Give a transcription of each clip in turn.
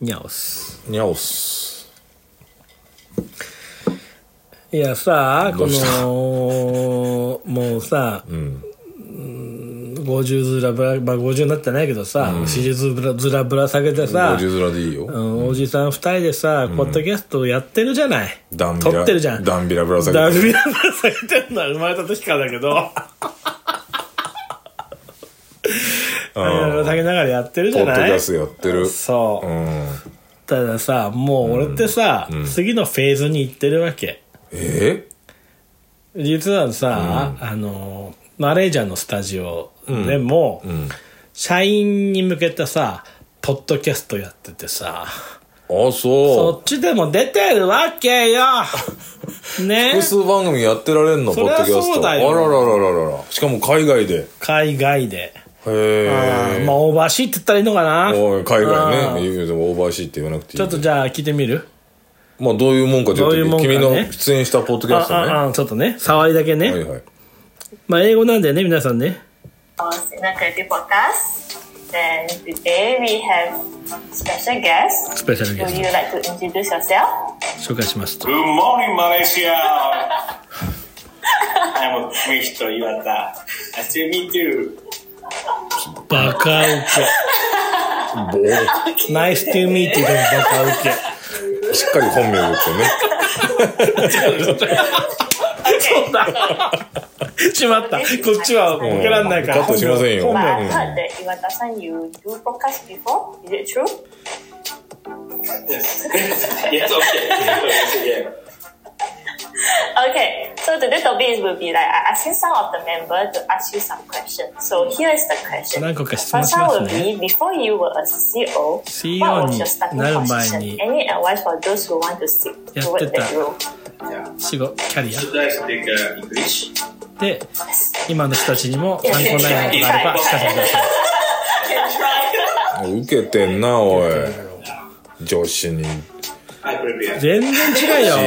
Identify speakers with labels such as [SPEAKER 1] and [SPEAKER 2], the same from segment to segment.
[SPEAKER 1] にゃおす
[SPEAKER 2] にゃおっす
[SPEAKER 1] いやさ
[SPEAKER 2] ど
[SPEAKER 1] こ
[SPEAKER 2] うした
[SPEAKER 1] のもうさ、
[SPEAKER 2] うん
[SPEAKER 1] 50ずらぶら、まあ、50になってないけどさ、40ずらずらぶら下げてさ、
[SPEAKER 2] 50面でいいうよ
[SPEAKER 1] ん、おじさん2人でさ、ポッドキャストやってるじゃない
[SPEAKER 2] ダンビラ
[SPEAKER 1] 撮ってるじゃん
[SPEAKER 2] ダンビラぶら下
[SPEAKER 1] ダ
[SPEAKER 2] げ
[SPEAKER 1] ン
[SPEAKER 2] て
[SPEAKER 1] ビラぶら下げてるのは生まれた時からだけどダンビラぶら下げながらやってるじ
[SPEAKER 2] ポ
[SPEAKER 1] ゃ
[SPEAKER 2] ッドキ
[SPEAKER 1] ない
[SPEAKER 2] ャストやってる
[SPEAKER 1] そうう、
[SPEAKER 2] ん
[SPEAKER 1] たださもう俺ってさ、次のフェーズに行ってるわけ
[SPEAKER 2] え
[SPEAKER 1] 実はさ、あのマレージャーのスタジオでも、社員に向けたさポッドキャストやっててさ
[SPEAKER 2] あ
[SPEAKER 1] そ
[SPEAKER 2] そ
[SPEAKER 1] っちでも出てるわけよ
[SPEAKER 2] う
[SPEAKER 1] ね
[SPEAKER 2] 複数番組やってられんの
[SPEAKER 1] そ
[SPEAKER 2] ポ
[SPEAKER 1] り
[SPEAKER 2] ッ
[SPEAKER 1] ゃ
[SPEAKER 2] ドキャス
[SPEAKER 1] そう
[SPEAKER 2] ト
[SPEAKER 1] だ
[SPEAKER 2] あら
[SPEAKER 1] よ
[SPEAKER 2] らららららしかも海外で
[SPEAKER 1] 海外で、
[SPEAKER 2] へ
[SPEAKER 1] あ
[SPEAKER 2] え
[SPEAKER 1] ーまあオーバーシーって言ったらいいのかな
[SPEAKER 2] おい海
[SPEAKER 1] あ
[SPEAKER 2] 外
[SPEAKER 1] ー
[SPEAKER 2] ね言うでもオーバーシーって言わなくてい
[SPEAKER 1] ちょ
[SPEAKER 2] い
[SPEAKER 1] っとじゃあ聞いてみる
[SPEAKER 2] まあどういうもんかちょっ
[SPEAKER 1] どういうも
[SPEAKER 2] と
[SPEAKER 1] んかね
[SPEAKER 2] 君の出演したポッドキ
[SPEAKER 1] あ
[SPEAKER 2] ャストねは
[SPEAKER 1] ああちょっとね触りだけね、
[SPEAKER 2] いはい
[SPEAKER 1] まあ英語なんだよね皆さんね
[SPEAKER 3] on Sina Creative Podcast. Then today we have special guest.
[SPEAKER 1] スペシャル
[SPEAKER 3] Would
[SPEAKER 1] ゲス
[SPEAKER 3] you
[SPEAKER 1] ト
[SPEAKER 3] like to introduce yourself?
[SPEAKER 1] 紹介しますと
[SPEAKER 4] Good morning, Malaysia. I'm Mr. Iwata. Nice to meet you.
[SPEAKER 1] バカウ
[SPEAKER 2] ボー
[SPEAKER 1] ケナイス to meet you でもバカウケ
[SPEAKER 2] しっかり本名言 ってね
[SPEAKER 1] そうだ。しまった。こっちは受けらんないから。
[SPEAKER 2] カットしませんよ
[SPEAKER 1] 本
[SPEAKER 3] But
[SPEAKER 1] 名
[SPEAKER 3] I heard that Iwata-san, you do podcast before. Is it true?
[SPEAKER 4] Yes. yes, okay. Yeah.
[SPEAKER 3] Okay, so today's topic will be like I asking some of the member to ask you some questions. So here is the question.
[SPEAKER 1] 何個か質問
[SPEAKER 3] First
[SPEAKER 1] し
[SPEAKER 3] one
[SPEAKER 1] ます
[SPEAKER 3] will
[SPEAKER 1] ね。
[SPEAKER 3] be before you were a CEO,
[SPEAKER 1] CEO
[SPEAKER 3] what was your starting
[SPEAKER 1] になる前
[SPEAKER 3] position?
[SPEAKER 1] に
[SPEAKER 3] Any advice for those who want to seek
[SPEAKER 1] やって
[SPEAKER 3] toward
[SPEAKER 1] た
[SPEAKER 3] that role?
[SPEAKER 1] 仕事、キャリ
[SPEAKER 4] Should I speak uh, English?
[SPEAKER 1] ア。で、今の人たちにも参考になることがあれば聞かせてください。
[SPEAKER 2] 受けてんなおい女子に
[SPEAKER 4] I prepare.
[SPEAKER 1] 全然違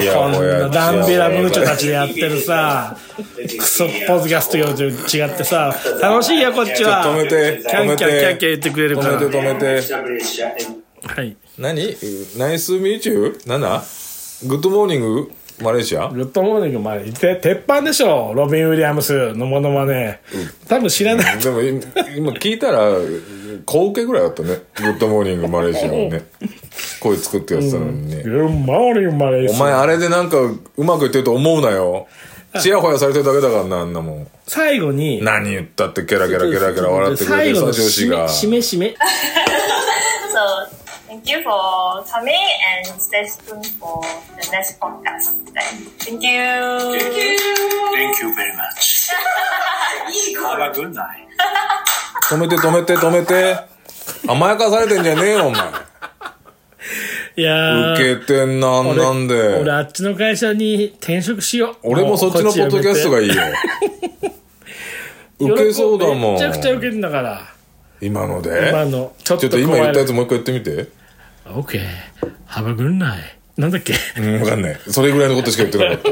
[SPEAKER 1] うよ。こんなダンビラムーチョたちでやってるさ、クソ
[SPEAKER 4] uh,
[SPEAKER 1] ポッドキャスト用と違ってさ、楽しいよ、こっちは。
[SPEAKER 2] 止めて
[SPEAKER 1] キャ
[SPEAKER 2] 止
[SPEAKER 1] ン
[SPEAKER 2] め
[SPEAKER 1] キャンキャンキャン
[SPEAKER 2] て
[SPEAKER 1] 言ってくれるか
[SPEAKER 2] 止め
[SPEAKER 1] ら。
[SPEAKER 2] て止めて
[SPEAKER 4] Malaysia and
[SPEAKER 1] はい。
[SPEAKER 2] 何ナイスミーチューなんだグッドモーニングマレーシア
[SPEAKER 1] グッドモーニングまで、て鉄板でしょ。ロビン・ウィリアムスのものまね。多分知らない。
[SPEAKER 2] でも今今聞いたら小受けぐらいだったねグッドモーニングマレーシアはね声作ってやってたのにね
[SPEAKER 1] グッドモーニングまで。
[SPEAKER 2] お前あれでなんかうまくいってると思うなよちやほやされてるだけだからなあんなもん
[SPEAKER 1] 最後に、
[SPEAKER 2] 何言ったってケラケラケラケラ笑ってくれ
[SPEAKER 1] 最
[SPEAKER 2] て
[SPEAKER 1] 後
[SPEAKER 2] さ
[SPEAKER 1] の
[SPEAKER 2] 上司
[SPEAKER 1] 締め
[SPEAKER 2] が
[SPEAKER 1] 締め締め
[SPEAKER 3] So thank you for coming and stay tuned for the next podcast. Thank you. Thank you.
[SPEAKER 4] Thank you very much. Have a good night.
[SPEAKER 2] 止めて止めて止めて甘やかされてんじゃねえよお前
[SPEAKER 1] いやー
[SPEAKER 2] 受けてんなあんなん
[SPEAKER 1] 俺
[SPEAKER 2] で
[SPEAKER 1] あっちの会社に転職しよう
[SPEAKER 2] 俺もそっちのポッドキャストが
[SPEAKER 1] い
[SPEAKER 2] いいよ受けそうだもん
[SPEAKER 1] めちゃくちゃ受けるんだから
[SPEAKER 2] 今ので
[SPEAKER 1] 今のちょっ
[SPEAKER 2] ち
[SPEAKER 1] と
[SPEAKER 2] ょっと今言ったやつ
[SPEAKER 1] つ
[SPEAKER 2] もう一回やってみて
[SPEAKER 1] OK 幅ぐんないなんだっけ
[SPEAKER 2] うん分かんないそれぐらいのことしか言ってなかった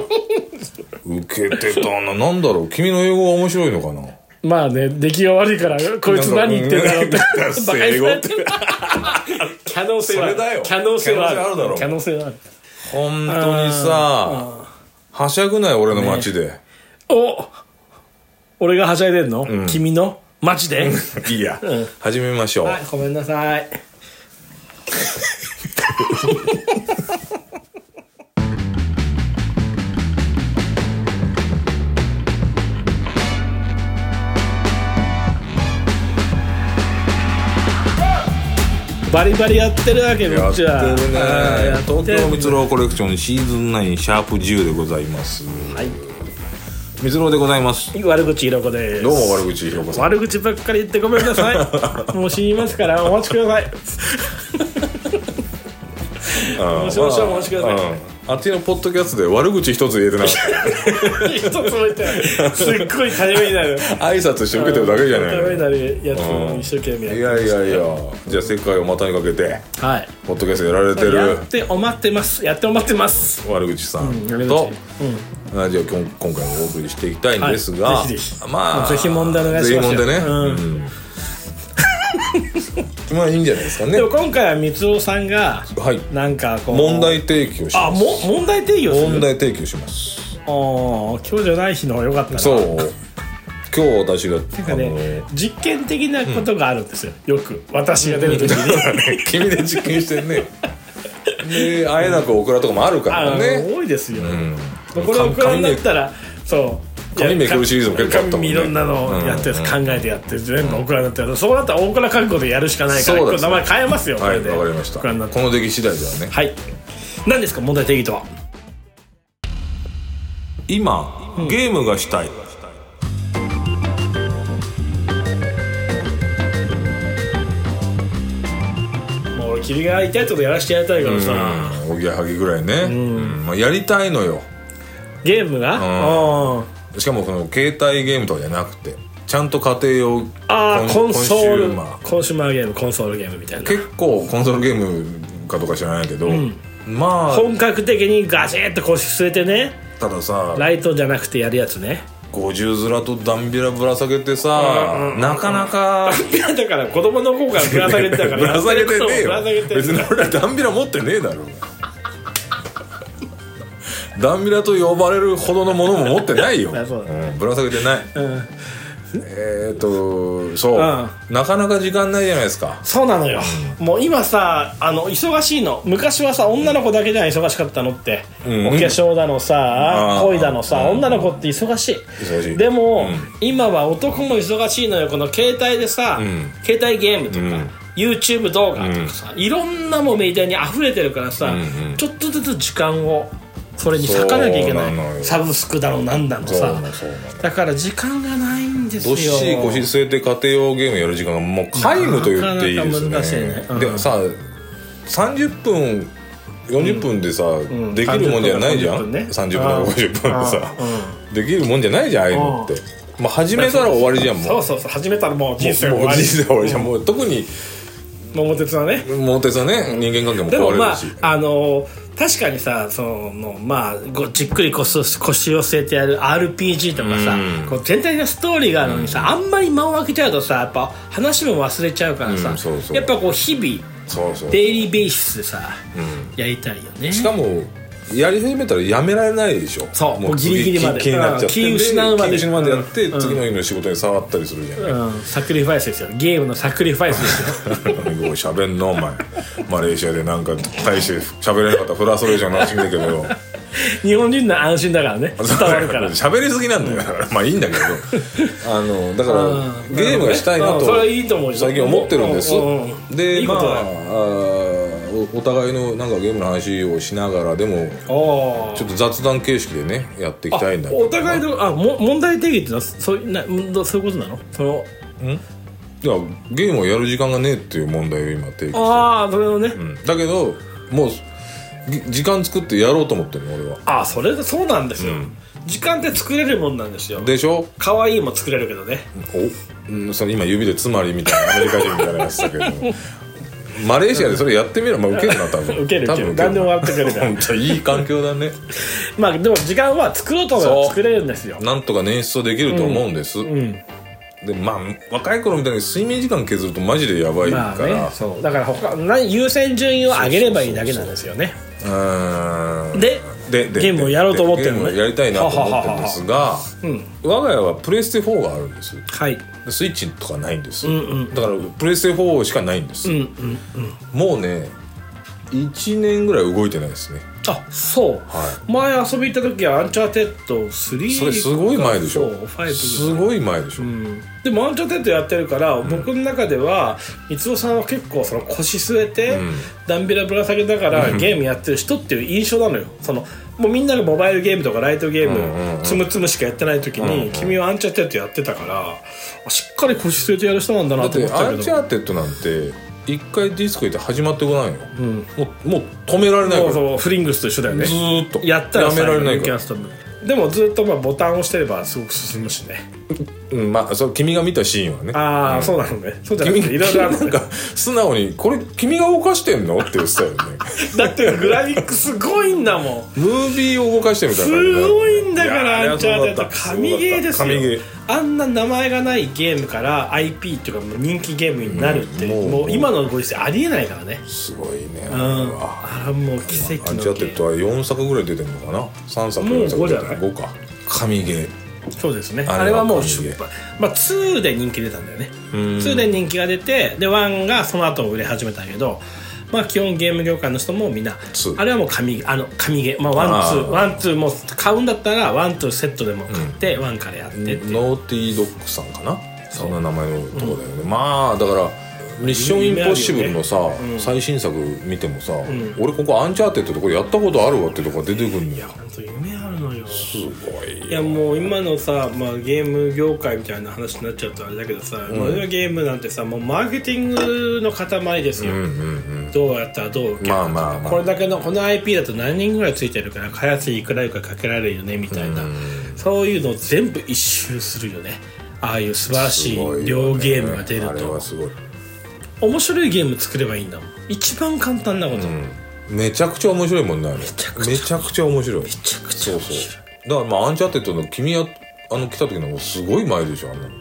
[SPEAKER 2] 受けてたななんだろう君の英語は面白いのかな
[SPEAKER 1] まあね出来が悪いからこいつ何言ってんだろうって
[SPEAKER 2] なんか
[SPEAKER 1] バカ
[SPEAKER 2] うん
[SPEAKER 1] にされてる可能性はある
[SPEAKER 2] それだよ
[SPEAKER 1] 可能性はある
[SPEAKER 2] 可能性あるだろ
[SPEAKER 1] 可能性はある
[SPEAKER 2] 本当にさはしゃぐない俺の街で、
[SPEAKER 1] お俺がはしゃいでんの、君のマジで
[SPEAKER 2] いいや、始めましょう、
[SPEAKER 1] はいごめんなさいバリバリやってるわけ
[SPEAKER 2] や
[SPEAKER 1] こっ
[SPEAKER 2] って
[SPEAKER 1] ち
[SPEAKER 2] るね
[SPEAKER 1] はあーやってる
[SPEAKER 2] 東京みつろうコレクションシーズン9シャープ10でございます
[SPEAKER 1] はい
[SPEAKER 2] みつろうでございます
[SPEAKER 1] 悪口ひろこです
[SPEAKER 2] どうも悪口ひろこさん
[SPEAKER 1] 悪口ばっかり言ってごめんなさ いもう死にますからお待ちくださいもしもしお待ちください
[SPEAKER 2] うんあっちのポッドキャストで悪口一つ言えてな かっ
[SPEAKER 1] 一つ置いてすっごいためになる
[SPEAKER 2] た挨拶して受けてるだけじゃ
[SPEAKER 1] ために
[SPEAKER 2] な
[SPEAKER 1] なるやつを一生懸命
[SPEAKER 2] いい
[SPEAKER 1] やっ
[SPEAKER 2] やいやいやじゃあ世界を股にかけて
[SPEAKER 1] てはい
[SPEAKER 2] ポッドキャストやられて
[SPEAKER 1] や
[SPEAKER 2] る
[SPEAKER 1] ってお待ってますやってお待ってます
[SPEAKER 2] 悪口さん
[SPEAKER 1] 悪口
[SPEAKER 2] と、あじゃあ今今回もお送りしていきたいんですが、
[SPEAKER 1] はいぜひぜひ
[SPEAKER 2] まあ
[SPEAKER 1] ぜひ問題お願いしますよ
[SPEAKER 2] ぜひ問題ね、
[SPEAKER 1] うん
[SPEAKER 2] うん まあいいんじゃないですかね
[SPEAKER 1] でも今回は光雄さんが
[SPEAKER 2] はい
[SPEAKER 1] なんかこう
[SPEAKER 2] 問題提起をし
[SPEAKER 1] あ
[SPEAKER 2] ます
[SPEAKER 1] も問題定義をする
[SPEAKER 2] 問題提起をします
[SPEAKER 1] あー今日じゃない日の方が良かったな
[SPEAKER 2] そう今日私が
[SPEAKER 1] なんかね実験的なことがあるんですよ、よく私が出る時に、
[SPEAKER 2] 君で実験してんねであえなくオクラとかもあるか
[SPEAKER 1] あ
[SPEAKER 2] ら
[SPEAKER 1] の
[SPEAKER 2] ね
[SPEAKER 1] 多いですよ、
[SPEAKER 2] うん
[SPEAKER 1] これをくら
[SPEAKER 2] 紙
[SPEAKER 1] に
[SPEAKER 2] で
[SPEAKER 1] なったらそう
[SPEAKER 2] 紙めくるシリーズも結構あったもん
[SPEAKER 1] 紙
[SPEAKER 2] ね
[SPEAKER 1] いろんなのをやってる
[SPEAKER 2] うんうん
[SPEAKER 1] 考えてやって全部オクラになってるそうなったら大倉覚悟でやるしかないから
[SPEAKER 2] そう
[SPEAKER 1] こ
[SPEAKER 2] で
[SPEAKER 1] れ
[SPEAKER 2] すね
[SPEAKER 1] 名前変えますよこ
[SPEAKER 2] は
[SPEAKER 1] れ
[SPEAKER 2] い
[SPEAKER 1] で
[SPEAKER 2] わかりました
[SPEAKER 1] オクラになっ
[SPEAKER 2] こ
[SPEAKER 1] て
[SPEAKER 2] の出来次第ではね
[SPEAKER 1] はい何ですか問題定義とは
[SPEAKER 2] 今、ゲームがしたい
[SPEAKER 1] もう俺君が痛いってことやらせてやりたいからさ、
[SPEAKER 2] うんおぎやはぎぐらいね、うんまあ、やりたいのよ
[SPEAKER 1] ゲームが、
[SPEAKER 2] ん
[SPEAKER 1] うん
[SPEAKER 2] しかもその携帯ゲームとかじゃなくてちゃんと家庭用
[SPEAKER 1] ああコンソー
[SPEAKER 2] コンシュ
[SPEAKER 1] ル
[SPEAKER 2] ーマー
[SPEAKER 1] コンシューマーゲームコンソールゲームみたいな
[SPEAKER 2] 結構コンソールゲームかとか知らないけど、まあ
[SPEAKER 1] 本格的にガチッと腰据えてね
[SPEAKER 2] たださ
[SPEAKER 1] ライトじゃなくてやるやつね
[SPEAKER 2] 50面とダンビラぶら下げてさ、なかなか
[SPEAKER 1] だから子供の頃からぶら下げてたから
[SPEAKER 2] ぶら下げてねえよ
[SPEAKER 1] ぶら下げて
[SPEAKER 2] 別に俺らダンビラ持ってねえだろダンビラと呼ばれるほどのものも持ってないよ、
[SPEAKER 1] あ そうだ
[SPEAKER 2] うんぶら下げてない、えーっとそう、
[SPEAKER 1] う
[SPEAKER 2] なかなか時間ないじゃないですか
[SPEAKER 1] そうなのよもう今さあの忙しいの昔はさ女の子だけじゃない忙しかったのって、
[SPEAKER 2] うん
[SPEAKER 1] お化粧だのさ
[SPEAKER 2] あー
[SPEAKER 1] 恋だのさ女の子って忙しい
[SPEAKER 2] 忙しい
[SPEAKER 1] でも、
[SPEAKER 2] うん
[SPEAKER 1] 今は男も忙しいのよこの携帯でさ、
[SPEAKER 2] ん
[SPEAKER 1] 携帯ゲームとか、
[SPEAKER 2] ん
[SPEAKER 1] YouTube 動画とかさ、いろんなもうメディアに溢れてるからさ、
[SPEAKER 2] んうん
[SPEAKER 1] ちょっとずつ時間をそれに割かなきゃいけな
[SPEAKER 2] そうなの
[SPEAKER 1] い
[SPEAKER 2] よ
[SPEAKER 1] サブスクだろうなんだの
[SPEAKER 2] そうな
[SPEAKER 1] さ
[SPEAKER 2] のそうなの
[SPEAKER 1] だから時間がないんです
[SPEAKER 2] ど
[SPEAKER 1] よ
[SPEAKER 2] っしり腰据えて家庭用ゲームやる時間がもう皆無と言っていいですね
[SPEAKER 1] なかなか難しいねうん
[SPEAKER 2] でもさ30分40分でさ、
[SPEAKER 1] ん
[SPEAKER 2] できるもんじゃないじゃん、
[SPEAKER 1] 30分ね
[SPEAKER 2] 30分とか50分でさ
[SPEAKER 1] あ、
[SPEAKER 2] できるもんじゃないじゃんああいうのって、まあ、始めたら終わりじゃんもう
[SPEAKER 1] そうそうそう始めたらもう人生
[SPEAKER 2] もう
[SPEAKER 1] 終
[SPEAKER 2] もう
[SPEAKER 1] わり
[SPEAKER 2] 人生終わりじゃん、もう特に
[SPEAKER 1] 桃鉄はね
[SPEAKER 2] 桃鉄はね人間関係も
[SPEAKER 1] でも
[SPEAKER 2] 壊れ
[SPEAKER 1] ま
[SPEAKER 2] るし、
[SPEAKER 1] ああのー確かにさそのまあごじっくり腰腰を据えてやる RPG とかさ、
[SPEAKER 2] うん
[SPEAKER 1] こう全体のストーリーがあるのにさ、あんまり間を空けちゃうとさやっぱ話も忘れちゃうからさ、
[SPEAKER 2] うんそうそう
[SPEAKER 1] やっぱこう日々
[SPEAKER 2] そうそう
[SPEAKER 1] デイリーベーシスでさ、やりたいよね
[SPEAKER 2] しかもやり始めたらやめられないでしょ
[SPEAKER 1] そうもう
[SPEAKER 2] 次
[SPEAKER 1] ギリギリまで
[SPEAKER 2] 気気になっちゃって
[SPEAKER 1] うん気失うまで
[SPEAKER 2] 気失やって、
[SPEAKER 1] うん
[SPEAKER 2] 次の日の仕事に触ったりするじゃん、
[SPEAKER 1] うん、サクリファイスですよゲームのサクリファイスですよ
[SPEAKER 2] ようしゃべんのお前マレーシアでなんか大してしゃべれなかったフラストレーションの話だけど
[SPEAKER 1] 日本人の安心だからね伝わるから
[SPEAKER 2] しゃべりすぎなんだよだからまあいいんだけどあのだから
[SPEAKER 1] うん
[SPEAKER 2] ゲームがしたいな
[SPEAKER 1] うん
[SPEAKER 2] と
[SPEAKER 1] それはいいと思うよ
[SPEAKER 2] 最近思ってるんです
[SPEAKER 1] うんうん
[SPEAKER 2] で
[SPEAKER 1] いい
[SPEAKER 2] ま
[SPEAKER 1] こと
[SPEAKER 2] あ
[SPEAKER 1] だよ
[SPEAKER 2] あーおお互いのなんかゲームの話をしながらでも
[SPEAKER 1] おー
[SPEAKER 2] ちょっと雑談形式でねやっていきたいんだけど
[SPEAKER 1] お互いのあも問題定義ってのはそうなどそういうことなのその
[SPEAKER 2] いやゲームをやる時間がねえっていう問題を今提起してる
[SPEAKER 1] ああそれをね、
[SPEAKER 2] うんだけどもうぎ時間作ってやろうと思ってるの俺は
[SPEAKER 1] ああそれそうなんですよ、時間って作れるもんなんですよ
[SPEAKER 2] でしょ
[SPEAKER 1] 可愛いも作れるけどね
[SPEAKER 2] お、うん、その今指でつまりみたいなアメリカ人みたいなやつだけどマレーシアでそれやってみればウケるな多分
[SPEAKER 1] ウケるウケる
[SPEAKER 2] 多分
[SPEAKER 1] 何でもやってくれるから
[SPEAKER 2] 本当いい環境だね
[SPEAKER 1] まあでも時間は作ろうと思え
[SPEAKER 2] そ
[SPEAKER 1] ば
[SPEAKER 2] う
[SPEAKER 1] 作れるんですよ
[SPEAKER 2] なんとか捻出はできると思うんです、
[SPEAKER 1] うん
[SPEAKER 2] でまあ若い頃みたいに睡眠時間削るとマジでやばい
[SPEAKER 1] ま
[SPEAKER 2] か
[SPEAKER 1] あ
[SPEAKER 2] ら、
[SPEAKER 1] ねそうだから他何優先順位を上げればいいだけなんですよね
[SPEAKER 2] うーん
[SPEAKER 1] で
[SPEAKER 2] でで
[SPEAKER 1] ゲームをやろうと思ってるのね
[SPEAKER 2] でゲームをやりたいなと思ってるんですが我が家はプレステ4があるんです
[SPEAKER 1] はい
[SPEAKER 2] でスイッチとかないんです、
[SPEAKER 1] んうん
[SPEAKER 2] だからプレステ4しかないんです、
[SPEAKER 1] うんうん
[SPEAKER 2] もうね1年ぐらい動いてないですね
[SPEAKER 1] あそう、
[SPEAKER 2] は
[SPEAKER 1] 前遊び行った時はアンチャーテッド3
[SPEAKER 2] それすごい前でしょ
[SPEAKER 1] そう5ぐらい
[SPEAKER 2] すごい前でしょ、
[SPEAKER 1] でもアンチャーテッドやってるから、僕の中では光雄さんは結構その腰据えて、ダンビラぶら下げだからゲームやってる人っていう印象なのよそのもうみんながモバイルゲームとかライトゲーム、つむつむしかやってない時に、君はアンチャーテッドやってたからあしっかり腰据えてやる人なんだ
[SPEAKER 2] だ
[SPEAKER 1] な
[SPEAKER 2] っ
[SPEAKER 1] と思
[SPEAKER 2] て
[SPEAKER 1] った
[SPEAKER 2] ア
[SPEAKER 1] け
[SPEAKER 2] ンチ
[SPEAKER 1] ど
[SPEAKER 2] ャーテッドなんて一回ディスコ行って始まってこないの、もうもう止められない
[SPEAKER 1] そう
[SPEAKER 2] から
[SPEAKER 1] そうフリングスと一緒だよね
[SPEAKER 2] ずーっと
[SPEAKER 1] やったら
[SPEAKER 2] やめられないから
[SPEAKER 1] 最後に You can't stop me でもずっとまあボタンを押してればすごく進むしね
[SPEAKER 2] うん、まあその君が見たシーンはね
[SPEAKER 1] ああ、そうなのねそうじゃな
[SPEAKER 2] 君
[SPEAKER 1] くていろいろある
[SPEAKER 2] な
[SPEAKER 1] の
[SPEAKER 2] ん
[SPEAKER 1] ね
[SPEAKER 2] か素直に「これ君が動かしてんの?」って言ってた よね
[SPEAKER 1] だってグラフィックすごいんだもん
[SPEAKER 2] ムービーを動かしてみたい
[SPEAKER 1] す
[SPEAKER 2] な感じだ
[SPEAKER 1] ごいんだから
[SPEAKER 2] いや
[SPEAKER 1] アンチャーテッド
[SPEAKER 2] すごかった
[SPEAKER 1] 神ゲーです
[SPEAKER 2] 神ゲ
[SPEAKER 1] よ
[SPEAKER 2] ー
[SPEAKER 1] あんな名前がないゲームから IP っていうかもう人気ゲームになるって、
[SPEAKER 2] うんもう
[SPEAKER 1] もう今のご時世ありえないからね
[SPEAKER 2] すごいね、
[SPEAKER 1] うんあらもう奇
[SPEAKER 2] ア
[SPEAKER 1] 跡
[SPEAKER 2] ンチャ
[SPEAKER 1] の
[SPEAKER 2] ー
[SPEAKER 1] ゲ
[SPEAKER 2] テッ
[SPEAKER 1] ーム
[SPEAKER 2] ドは4作ぐらい出てるのかな3作
[SPEAKER 1] もう
[SPEAKER 2] 4作
[SPEAKER 1] 五じゃ
[SPEAKER 2] 出
[SPEAKER 1] な
[SPEAKER 2] て
[SPEAKER 1] い
[SPEAKER 2] る5か神ゲー
[SPEAKER 1] そうですね
[SPEAKER 2] あれは
[SPEAKER 1] あれはもう
[SPEAKER 2] 神ゲ
[SPEAKER 1] 出
[SPEAKER 2] ー
[SPEAKER 1] 版まあ2で人気出たんだよね
[SPEAKER 2] うん
[SPEAKER 1] 2で人気が出てで1がその後売れ始めたけどまあ基本ゲーム業界の人もみんな
[SPEAKER 2] ツー
[SPEAKER 1] あれはもう紙あの紙ゲーまあ
[SPEAKER 2] あ
[SPEAKER 1] ワンツ
[SPEAKER 2] ー
[SPEAKER 1] ーワンツーもう買うんだったらワンツーセットでも買ってワンからやってっていう
[SPEAKER 2] ノーティードッグさんかなそんな名前のとこだよね、まあだから「ミッションインポッシブル」のさ、最新作見てもさ、俺ここ「アンチャーテッド」とこやったことあるわってとか出てくるんだよ
[SPEAKER 1] 本当夢あるのよ
[SPEAKER 2] すごい
[SPEAKER 1] いやもう今のさ、まあ、ゲーム業界みたいな話になっちゃうとあれだけどさ、もう今のゲームなんてさもうマーケティングの塊ですよ、
[SPEAKER 2] うんうん
[SPEAKER 1] どうやったらどう受ける
[SPEAKER 2] ま
[SPEAKER 1] か
[SPEAKER 2] あまあまあ
[SPEAKER 1] これだけのこの IP だと何人ぐらいついてるから開発費いくらいくらかけられるよねみたいな、そういうのを全部一周するよねああいう素晴らし
[SPEAKER 2] すご
[SPEAKER 1] い
[SPEAKER 2] い
[SPEAKER 1] 両
[SPEAKER 2] よね
[SPEAKER 1] ゲームが出る
[SPEAKER 2] あれ
[SPEAKER 1] と、
[SPEAKER 2] はすごい、
[SPEAKER 1] 面白いゲーム作ればいいんだもん一番簡単なこと、め
[SPEAKER 2] うん、めちゃくちゃ面白いもんねあれめ
[SPEAKER 1] ちゃくちゃ
[SPEAKER 2] めちゃくちゃ面白い
[SPEAKER 1] ちゃくちゃ
[SPEAKER 2] そう
[SPEAKER 1] 面
[SPEAKER 2] そ
[SPEAKER 1] 白
[SPEAKER 2] う
[SPEAKER 1] い
[SPEAKER 2] だからまあ「アンチャーテッド」の君やあの来た時のもうすごい前でしょあんなの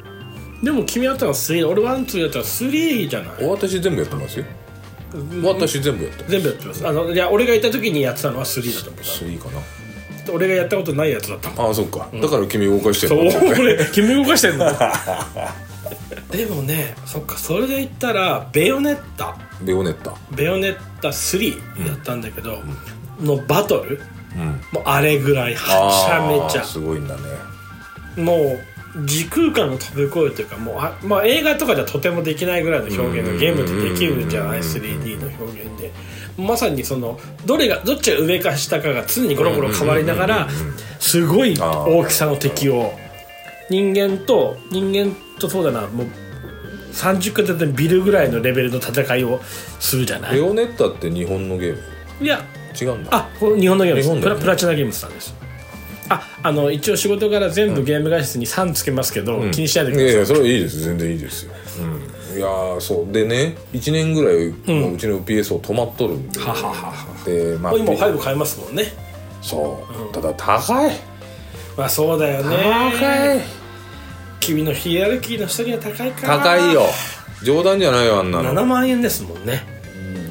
[SPEAKER 1] でも君やったら3俺ワンツーやったら3じゃない
[SPEAKER 2] 私全部やってますよ私全部やってます
[SPEAKER 1] 全部やってますあのいや俺がいた時にやってたのは3だと思う
[SPEAKER 2] 3かな
[SPEAKER 1] 俺がやったことないやつだった もん
[SPEAKER 2] ああそっか、だから君動かして
[SPEAKER 1] そう
[SPEAKER 2] る
[SPEAKER 1] 俺君動かしてんの でもねそっかそれで言ったらベヨネッタ
[SPEAKER 2] ベヨネッタ
[SPEAKER 1] ベヨネッタ3やったんだけど、のバトル
[SPEAKER 2] うん
[SPEAKER 1] もうあれぐらいはちゃめち
[SPEAKER 2] すごいんだね
[SPEAKER 1] ゃもう時空間を飛び越えるというかもうあ、まあ、映画とかじゃとてもできないぐらいの表現
[SPEAKER 2] うん
[SPEAKER 1] がゲームでできるじゃない
[SPEAKER 2] うん
[SPEAKER 1] 3D の表現でまさにそのどれがどっちが上か下かが常にゴロゴロ変わりながらすごい大きさの敵を人間と人間とそうだなもう30階建てのビルぐらいのレベルの戦いをするじゃない
[SPEAKER 2] ベヨネッタって日本のゲーム
[SPEAKER 1] いや
[SPEAKER 2] 違うんだ
[SPEAKER 1] あこの日本のゲームです、
[SPEAKER 2] 日本
[SPEAKER 1] プ
[SPEAKER 2] だよ
[SPEAKER 1] ラ
[SPEAKER 2] ね
[SPEAKER 1] プラチナゲームズさんですああの一応仕事から全部ゲーム会社に3つけますけど、気にしないでく
[SPEAKER 2] い
[SPEAKER 1] だ
[SPEAKER 2] や
[SPEAKER 1] さ
[SPEAKER 2] い
[SPEAKER 1] い、
[SPEAKER 2] やそれはいいです全然いいですよ、うん、いやーそうでね1年ぐらい、もううちの PSO 止まっとるんで
[SPEAKER 1] はははは
[SPEAKER 2] でまあ
[SPEAKER 1] 今5買えますもんね
[SPEAKER 2] そう、ただ高い
[SPEAKER 1] まあそうだよ
[SPEAKER 2] 高い
[SPEAKER 1] ね君のヒエラルキーの下には高いから
[SPEAKER 2] 高いよ冗談じゃないよあんなの
[SPEAKER 1] 7万円ですもんね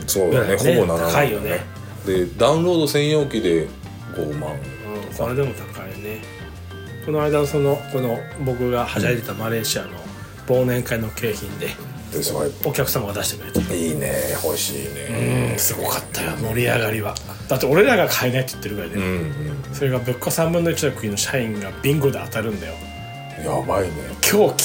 [SPEAKER 2] そうだね
[SPEAKER 1] ぐらい
[SPEAKER 2] ほぼ7万
[SPEAKER 1] 高いよね
[SPEAKER 2] でダウンロード専用機で5万
[SPEAKER 1] うんこれでも高いねこの間そのこの僕がはしゃいでたマレーシアの忘年会の景品で
[SPEAKER 2] ですごい
[SPEAKER 1] お客様が出してくれて
[SPEAKER 2] いいね欲しいね
[SPEAKER 1] うんすごかったよ盛り上がりはだって俺らが買えないって言ってるぐらいで、
[SPEAKER 2] うん、
[SPEAKER 1] それがぶっこ3分の1の国の社員がビンゴで当たるんだよ
[SPEAKER 2] うん、やばいね
[SPEAKER 1] 狂気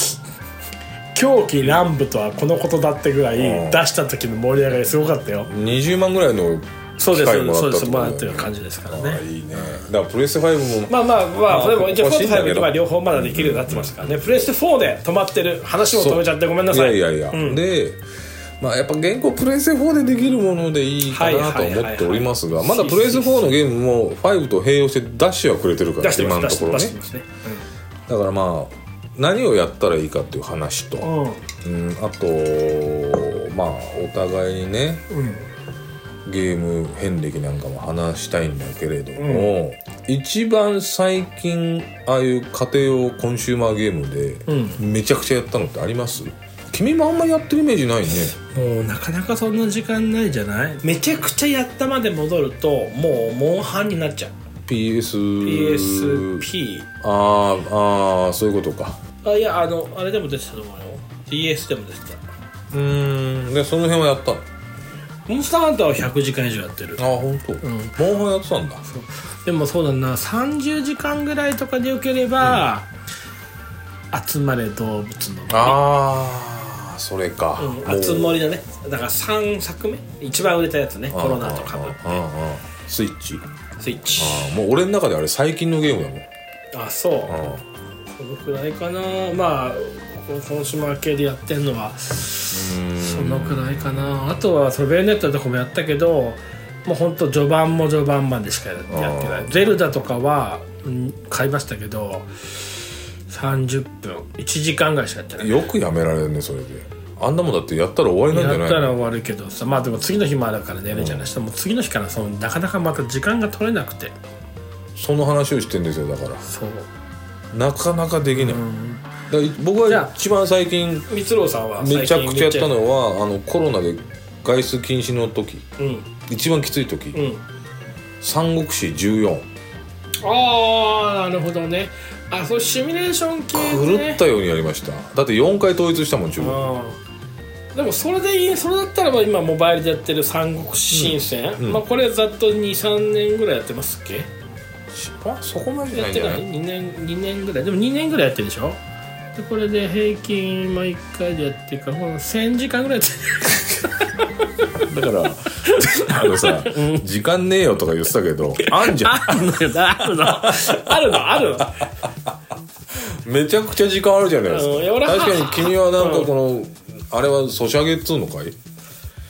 [SPEAKER 1] 狂気乱舞とはこのことだってぐらい
[SPEAKER 2] うん
[SPEAKER 1] 出した時の盛り上がりすごかったよ
[SPEAKER 2] 20万ぐらいの
[SPEAKER 1] そう
[SPEAKER 2] 機
[SPEAKER 1] です
[SPEAKER 2] 械もらった
[SPEAKER 1] そうで
[SPEAKER 2] って
[SPEAKER 1] す
[SPEAKER 2] こと
[SPEAKER 1] まあ
[SPEAKER 2] だよね
[SPEAKER 1] という感じですから
[SPEAKER 2] あ
[SPEAKER 1] ね
[SPEAKER 2] ーいいねだからプレステ5も
[SPEAKER 1] まあまあまあ
[SPEAKER 2] あ
[SPEAKER 1] でも一応
[SPEAKER 2] 欲
[SPEAKER 1] フォー
[SPEAKER 2] しいん
[SPEAKER 1] ト
[SPEAKER 2] だ
[SPEAKER 1] 5
[SPEAKER 2] けど
[SPEAKER 1] とか両方まだできるようになってますからねプレステ4で止まってる話を止めちゃってごめんなさい
[SPEAKER 2] やいやいや、
[SPEAKER 1] うん
[SPEAKER 2] でまあやっぱ現行プレイステ4でできるものでいいかなと
[SPEAKER 1] はいはいはい
[SPEAKER 2] 思
[SPEAKER 1] はい
[SPEAKER 2] っておりますがまだプレイステ4のゲームも5と併用してダッシュはくれてるから
[SPEAKER 1] 出してま
[SPEAKER 2] 今
[SPEAKER 1] す
[SPEAKER 2] の
[SPEAKER 1] 出
[SPEAKER 2] と
[SPEAKER 1] して出
[SPEAKER 2] ころね
[SPEAKER 1] してますね
[SPEAKER 2] だからまあ何をやったらいいかっていう話と、
[SPEAKER 1] うん
[SPEAKER 2] うん、あとまあお互いにね
[SPEAKER 1] うん
[SPEAKER 2] ゲーム遍歴なんかも話したいんだけれども、一番最近ああいう家庭用コンシューマーゲームでめちゃくちゃやったのってあります、君もあんまりやってるイメージないね
[SPEAKER 1] もうなかなかそんな時間ないじゃないめちゃくちゃやったまで戻るともうモンハンになっちゃう
[SPEAKER 2] PS
[SPEAKER 1] PSP
[SPEAKER 2] あーあーそういうことか
[SPEAKER 1] あいやあのあれでも出てたと思うよ DS でも出て
[SPEAKER 2] うーんでその辺はやったの
[SPEAKER 1] たモンスターハンターは100時間以上やってる
[SPEAKER 2] ああ本当、モンハンやってたんだ
[SPEAKER 1] でもそうだな30時間ぐらいとかでよければ、集まれ動物の森
[SPEAKER 2] ああそれか、
[SPEAKER 1] う
[SPEAKER 2] も
[SPEAKER 1] ん、
[SPEAKER 2] う
[SPEAKER 1] 集まりだねだから3作目一番売れたやつねコロナとかぶ
[SPEAKER 2] あーあーあースイッチ
[SPEAKER 1] スイッチ
[SPEAKER 2] あーもう俺の中であれ最近のゲームだもん
[SPEAKER 1] あそう
[SPEAKER 2] あ
[SPEAKER 1] このくらいかなまあこの今週も明けでやってんのはそのくらいかなあとはそのベヨネットとかもやったけどもうほんと序盤も序盤までしかやってないゼルダとかは、うん買いましたけど30分1時間ぐらいしかやってない
[SPEAKER 2] よくやめられるねそれであんなもんだってやったら終わりなんじゃ
[SPEAKER 1] や
[SPEAKER 2] な
[SPEAKER 1] っ
[SPEAKER 2] い
[SPEAKER 1] た
[SPEAKER 2] の
[SPEAKER 1] ら終わるけどさまあでも次の日もあるから寝るじゃない、もう次の日からそのなかなかまた時間が取れなくて
[SPEAKER 2] その話をしてんですよだから
[SPEAKER 1] そう
[SPEAKER 2] なかなかできない、だから僕
[SPEAKER 1] じゃあ
[SPEAKER 2] は一番最近
[SPEAKER 1] 光郎さんは
[SPEAKER 2] めちゃくちゃやった
[SPEAKER 1] の
[SPEAKER 2] のはあのコロナで外出禁止の時
[SPEAKER 1] うん
[SPEAKER 2] 一番きつい時、
[SPEAKER 1] うん
[SPEAKER 2] 三国志14
[SPEAKER 1] ああなるほどねあそうシミュレーション系
[SPEAKER 2] 狂
[SPEAKER 1] ね
[SPEAKER 2] ったようにやりましただって4回統一したもん中国
[SPEAKER 1] うんでもそれでいいそれだったらば今モバイルでやってる三国志新戦、
[SPEAKER 2] うん
[SPEAKER 1] まあこれざっと23年ぐらいやってますっけ
[SPEAKER 2] あそこまでじゃ
[SPEAKER 1] や
[SPEAKER 2] ない
[SPEAKER 1] って
[SPEAKER 2] んじゃ
[SPEAKER 1] な
[SPEAKER 2] ないい
[SPEAKER 1] 2年2年ぐらいでも2年ぐらいやってるでしょでこれで平均毎回でやってるからほら1000時間ぐらいやって
[SPEAKER 2] だからあのさ「時間ねえよ」とか言ってたけどあんじゃん
[SPEAKER 1] る あるのあるのあるの
[SPEAKER 2] めちゃくちゃ時間あるじゃないです
[SPEAKER 1] うんいや俺
[SPEAKER 2] か
[SPEAKER 1] は
[SPEAKER 2] 確かに君はなんかこのあれはソシャゲっつうのかい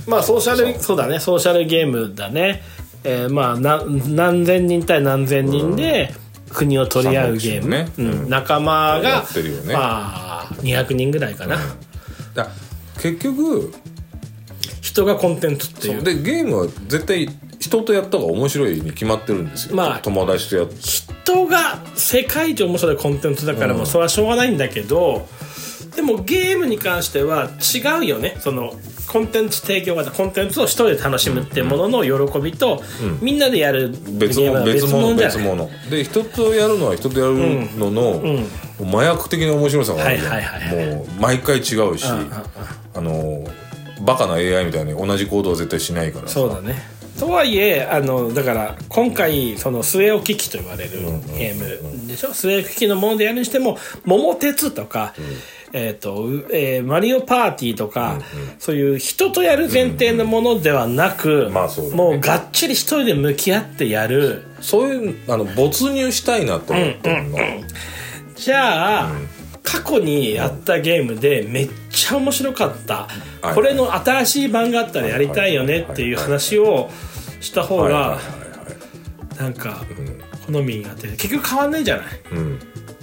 [SPEAKER 1] まあソーシャルそうだねソーシャルゲームだね、えーまあな何千人対何千人で国を取り合うゲーム、
[SPEAKER 2] 三国志もね
[SPEAKER 1] うん仲間
[SPEAKER 2] や
[SPEAKER 1] が
[SPEAKER 2] ってるよね
[SPEAKER 1] まあ200人ぐらいかな、
[SPEAKER 2] だ結局
[SPEAKER 1] 人がコンテンツっていう
[SPEAKER 2] でゲームは絶対人とやった方が面白いに決まってるんですよ、
[SPEAKER 1] まあ
[SPEAKER 2] 友達とやっ
[SPEAKER 1] 人が世界一面白いコンテンツだからもうそれはしょうがないんだけど、でもゲームに関しては違うよねそのコンテンツ提供型コンテンツを一人で楽しむってものの喜びと、みんなでやる
[SPEAKER 2] 別
[SPEAKER 1] ゲーム
[SPEAKER 2] 物
[SPEAKER 1] は
[SPEAKER 2] 別物
[SPEAKER 1] じゃない
[SPEAKER 2] 別物で人とやるのは人とやるのの、麻薬的な面白さがあるじゃん、
[SPEAKER 1] はいはいはい
[SPEAKER 2] もう毎回違うし、あのバカな AI みたいに同じ行動は絶対しないから
[SPEAKER 1] そうだねとはいえあのだから今回その据え置き機と言われるゲームでしょ据え置き機のものでやるにしても「桃鉄」とか、えーとうえーマリオパーティー」とか、そういう人とやる前提のものではなく、
[SPEAKER 2] んまあそうだね
[SPEAKER 1] もうがっちり一人で向き合ってやる
[SPEAKER 2] そういうあの没入したいなと思ってるの、
[SPEAKER 1] じゃあ、過去にやったゲームでめっちゃ面白かった、
[SPEAKER 2] はい
[SPEAKER 1] これの新しい版があったらやりたいよねっていう話をした方
[SPEAKER 2] はいはいは
[SPEAKER 1] がなんか好みになって結局変わんないじゃない
[SPEAKER 2] いはいうん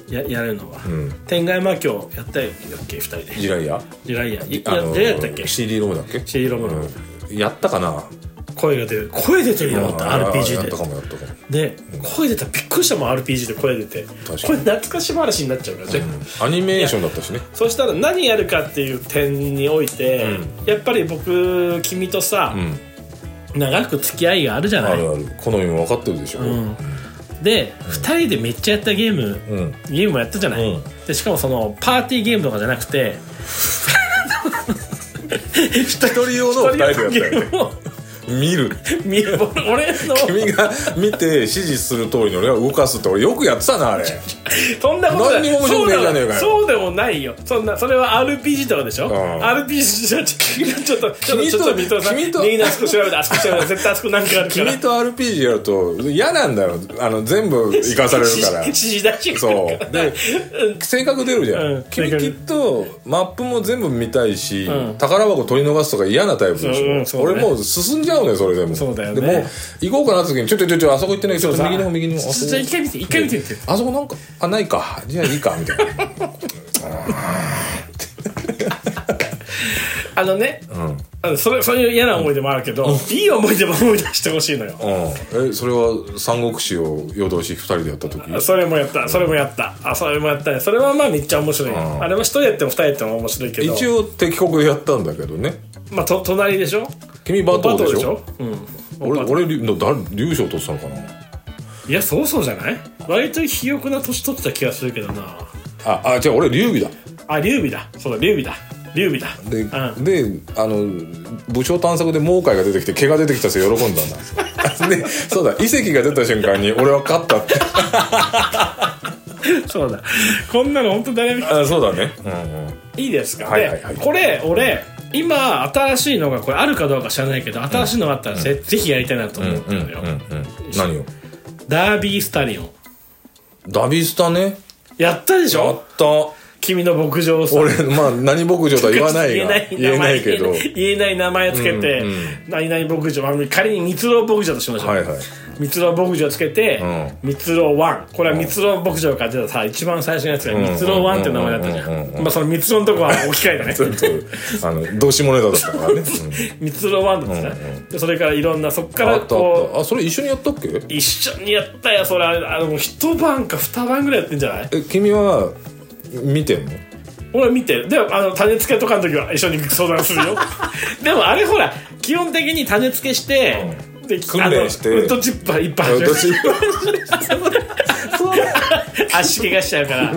[SPEAKER 1] ややるのは、
[SPEAKER 2] ん
[SPEAKER 1] 天外魔境やったよっけ2人で
[SPEAKER 2] 地雷や
[SPEAKER 1] ジュライアンい
[SPEAKER 2] あ
[SPEAKER 1] や
[SPEAKER 2] の
[SPEAKER 1] ジュライアンやったっけ
[SPEAKER 2] CD ロムだっけ
[SPEAKER 1] CD ロムの
[SPEAKER 2] うんやったかな
[SPEAKER 1] 声が出る声出てるよ思った
[SPEAKER 2] や
[SPEAKER 1] RPG
[SPEAKER 2] っ
[SPEAKER 1] で
[SPEAKER 2] たかもやったかも
[SPEAKER 1] で声出たらびっくりしたもん RPG で声出てこれ
[SPEAKER 2] 確かに
[SPEAKER 1] 懐かし話になっちゃうからね、
[SPEAKER 2] アニメーションだったしね
[SPEAKER 1] そしたら何やるかっていう点において、やっぱり僕君とさ、長く付き合いがあるじゃな
[SPEAKER 2] あ
[SPEAKER 1] い
[SPEAKER 2] るある好みも分かってるでしょ、うん
[SPEAKER 1] で2人でめっちゃやったゲーム、
[SPEAKER 2] うん
[SPEAKER 1] ゲームもやったじゃない、
[SPEAKER 2] うん
[SPEAKER 1] でしかもそのパーティーゲームとかじゃなくて一人
[SPEAKER 2] 用の二人でやったよ
[SPEAKER 1] 一人用
[SPEAKER 2] ね
[SPEAKER 1] のゲームを
[SPEAKER 2] 見る
[SPEAKER 1] 見る俺の
[SPEAKER 2] 君が見て指示する通りに俺は動かすって俺よくやってたなあれ
[SPEAKER 1] そんなことない
[SPEAKER 2] 何にも面白くねえじゃねえかよ
[SPEAKER 1] そうでもないよそんなそれは RPG とかでしょ、
[SPEAKER 2] ん
[SPEAKER 1] RPG じゃちょっとちょっと
[SPEAKER 2] 君
[SPEAKER 1] ちょ
[SPEAKER 2] と
[SPEAKER 1] っと見とさ
[SPEAKER 2] 君と
[SPEAKER 1] ネギのあそこ調べてあそこ調べて絶対あそこなんかあるから
[SPEAKER 2] 君と RPG やると嫌なんだよあの全部生かされるから
[SPEAKER 1] 指示出してく
[SPEAKER 2] そ
[SPEAKER 1] るか
[SPEAKER 2] うで性格出るじゃん、
[SPEAKER 1] うん
[SPEAKER 2] 君
[SPEAKER 1] 性格
[SPEAKER 2] きっとマップも全部見たいし、
[SPEAKER 1] ん
[SPEAKER 2] 宝箱取り逃すとか嫌なタイプでしょ、
[SPEAKER 1] うんうんそうだね
[SPEAKER 2] 俺もう進んじゃうのよそれでも
[SPEAKER 1] そうだよね
[SPEAKER 2] でもう行こうかなって時にちょちょちょちょあそこ行ってないちょっと
[SPEAKER 1] ら
[SPEAKER 2] 右の方右の方あそ
[SPEAKER 1] じゃあ一回見て一回見てみて
[SPEAKER 2] こあそこなんかあないかじゃあいいかみたい な
[SPEAKER 1] あのね、あのそれそういう嫌な思い出もあるけど、いい思い出も思い出してほしいのよ、
[SPEAKER 2] うんえそれは三国志を夜通し二人でやった時
[SPEAKER 1] それもやったそれもやったあそれもやったねそれはまあめっちゃ面白いよ、
[SPEAKER 2] ん
[SPEAKER 1] あれは一人やっても二人やっても面白いけど
[SPEAKER 2] 一応敵国でやったんだけどね
[SPEAKER 1] まあと隣でしょ
[SPEAKER 2] 君バト
[SPEAKER 1] バト
[SPEAKER 2] ル
[SPEAKER 1] ル
[SPEAKER 2] で
[SPEAKER 1] で
[SPEAKER 2] し
[SPEAKER 1] し
[SPEAKER 2] ょ
[SPEAKER 1] ょ、うん、
[SPEAKER 2] 俺俺竜の誰竜将取ってたのかない
[SPEAKER 1] やそうそうじゃない割と肥沃な年取ってた気がするけどな
[SPEAKER 2] ああ違う俺劉備だ
[SPEAKER 1] あ劉備だそうだ劉備だ劉備だ
[SPEAKER 2] で,、
[SPEAKER 1] うん
[SPEAKER 2] であの武将探索で猛海が出てきて毛が出てきたし喜んだんだ でそうだ遺跡が出た瞬間に俺は勝ったって
[SPEAKER 1] そうだこんなの本当誰も
[SPEAKER 2] あそうだね、
[SPEAKER 1] いいですか、
[SPEAKER 2] はいはいはい
[SPEAKER 1] でこれ俺今新しいのがこれあるかどうか知らないけど新しいのがあったらぜ,、ぜひやりたいなと思ってるのよ、
[SPEAKER 2] 何を
[SPEAKER 1] ダービースタリオン
[SPEAKER 2] ダビスタね
[SPEAKER 1] やったでし
[SPEAKER 2] や
[SPEAKER 1] ょ
[SPEAKER 2] った
[SPEAKER 1] 君の牧場をさ
[SPEAKER 2] 俺まあ何牧場とは言わないが
[SPEAKER 1] 言
[SPEAKER 2] 言
[SPEAKER 1] え
[SPEAKER 2] え
[SPEAKER 1] な
[SPEAKER 2] ないいけど
[SPEAKER 1] 名前言えない名前つけて、
[SPEAKER 2] うん
[SPEAKER 1] 何々牧場、まあ、仮に蜜ろ牧場としましょう、
[SPEAKER 2] はいはい
[SPEAKER 1] 蜜ろ牧場つけて、
[SPEAKER 2] う
[SPEAKER 1] 蜜ろワンこれは蜜ろ牧場から出たさ一番最初のやつが
[SPEAKER 2] ん
[SPEAKER 1] 蜜ろワンって名前だったじゃ
[SPEAKER 2] うんうんうん
[SPEAKER 1] ん
[SPEAKER 2] うん
[SPEAKER 1] まあその蜜ろのとこは置き換えだね
[SPEAKER 2] ちょっとあのどうしもネタだったからね、
[SPEAKER 1] 蜜ろワンだったじゃん
[SPEAKER 2] うんう
[SPEAKER 1] でそれからいろんなそっか
[SPEAKER 2] うん、あ
[SPEAKER 1] ら
[SPEAKER 2] ったあっ
[SPEAKER 1] こう
[SPEAKER 2] たあそれ一緒にやったっけ
[SPEAKER 1] 一緒にやったよそれあの一晩か二晩ぐらいやってんじゃない
[SPEAKER 2] え君は見てんの
[SPEAKER 1] 俺見てるでもあの種付けとかの時は一緒に相談す るよでもあれほら基本的に種付けして、で
[SPEAKER 2] 訓練して
[SPEAKER 1] あのウッドチッパーいっぱい始める
[SPEAKER 2] 私
[SPEAKER 1] 足怪我しちゃうから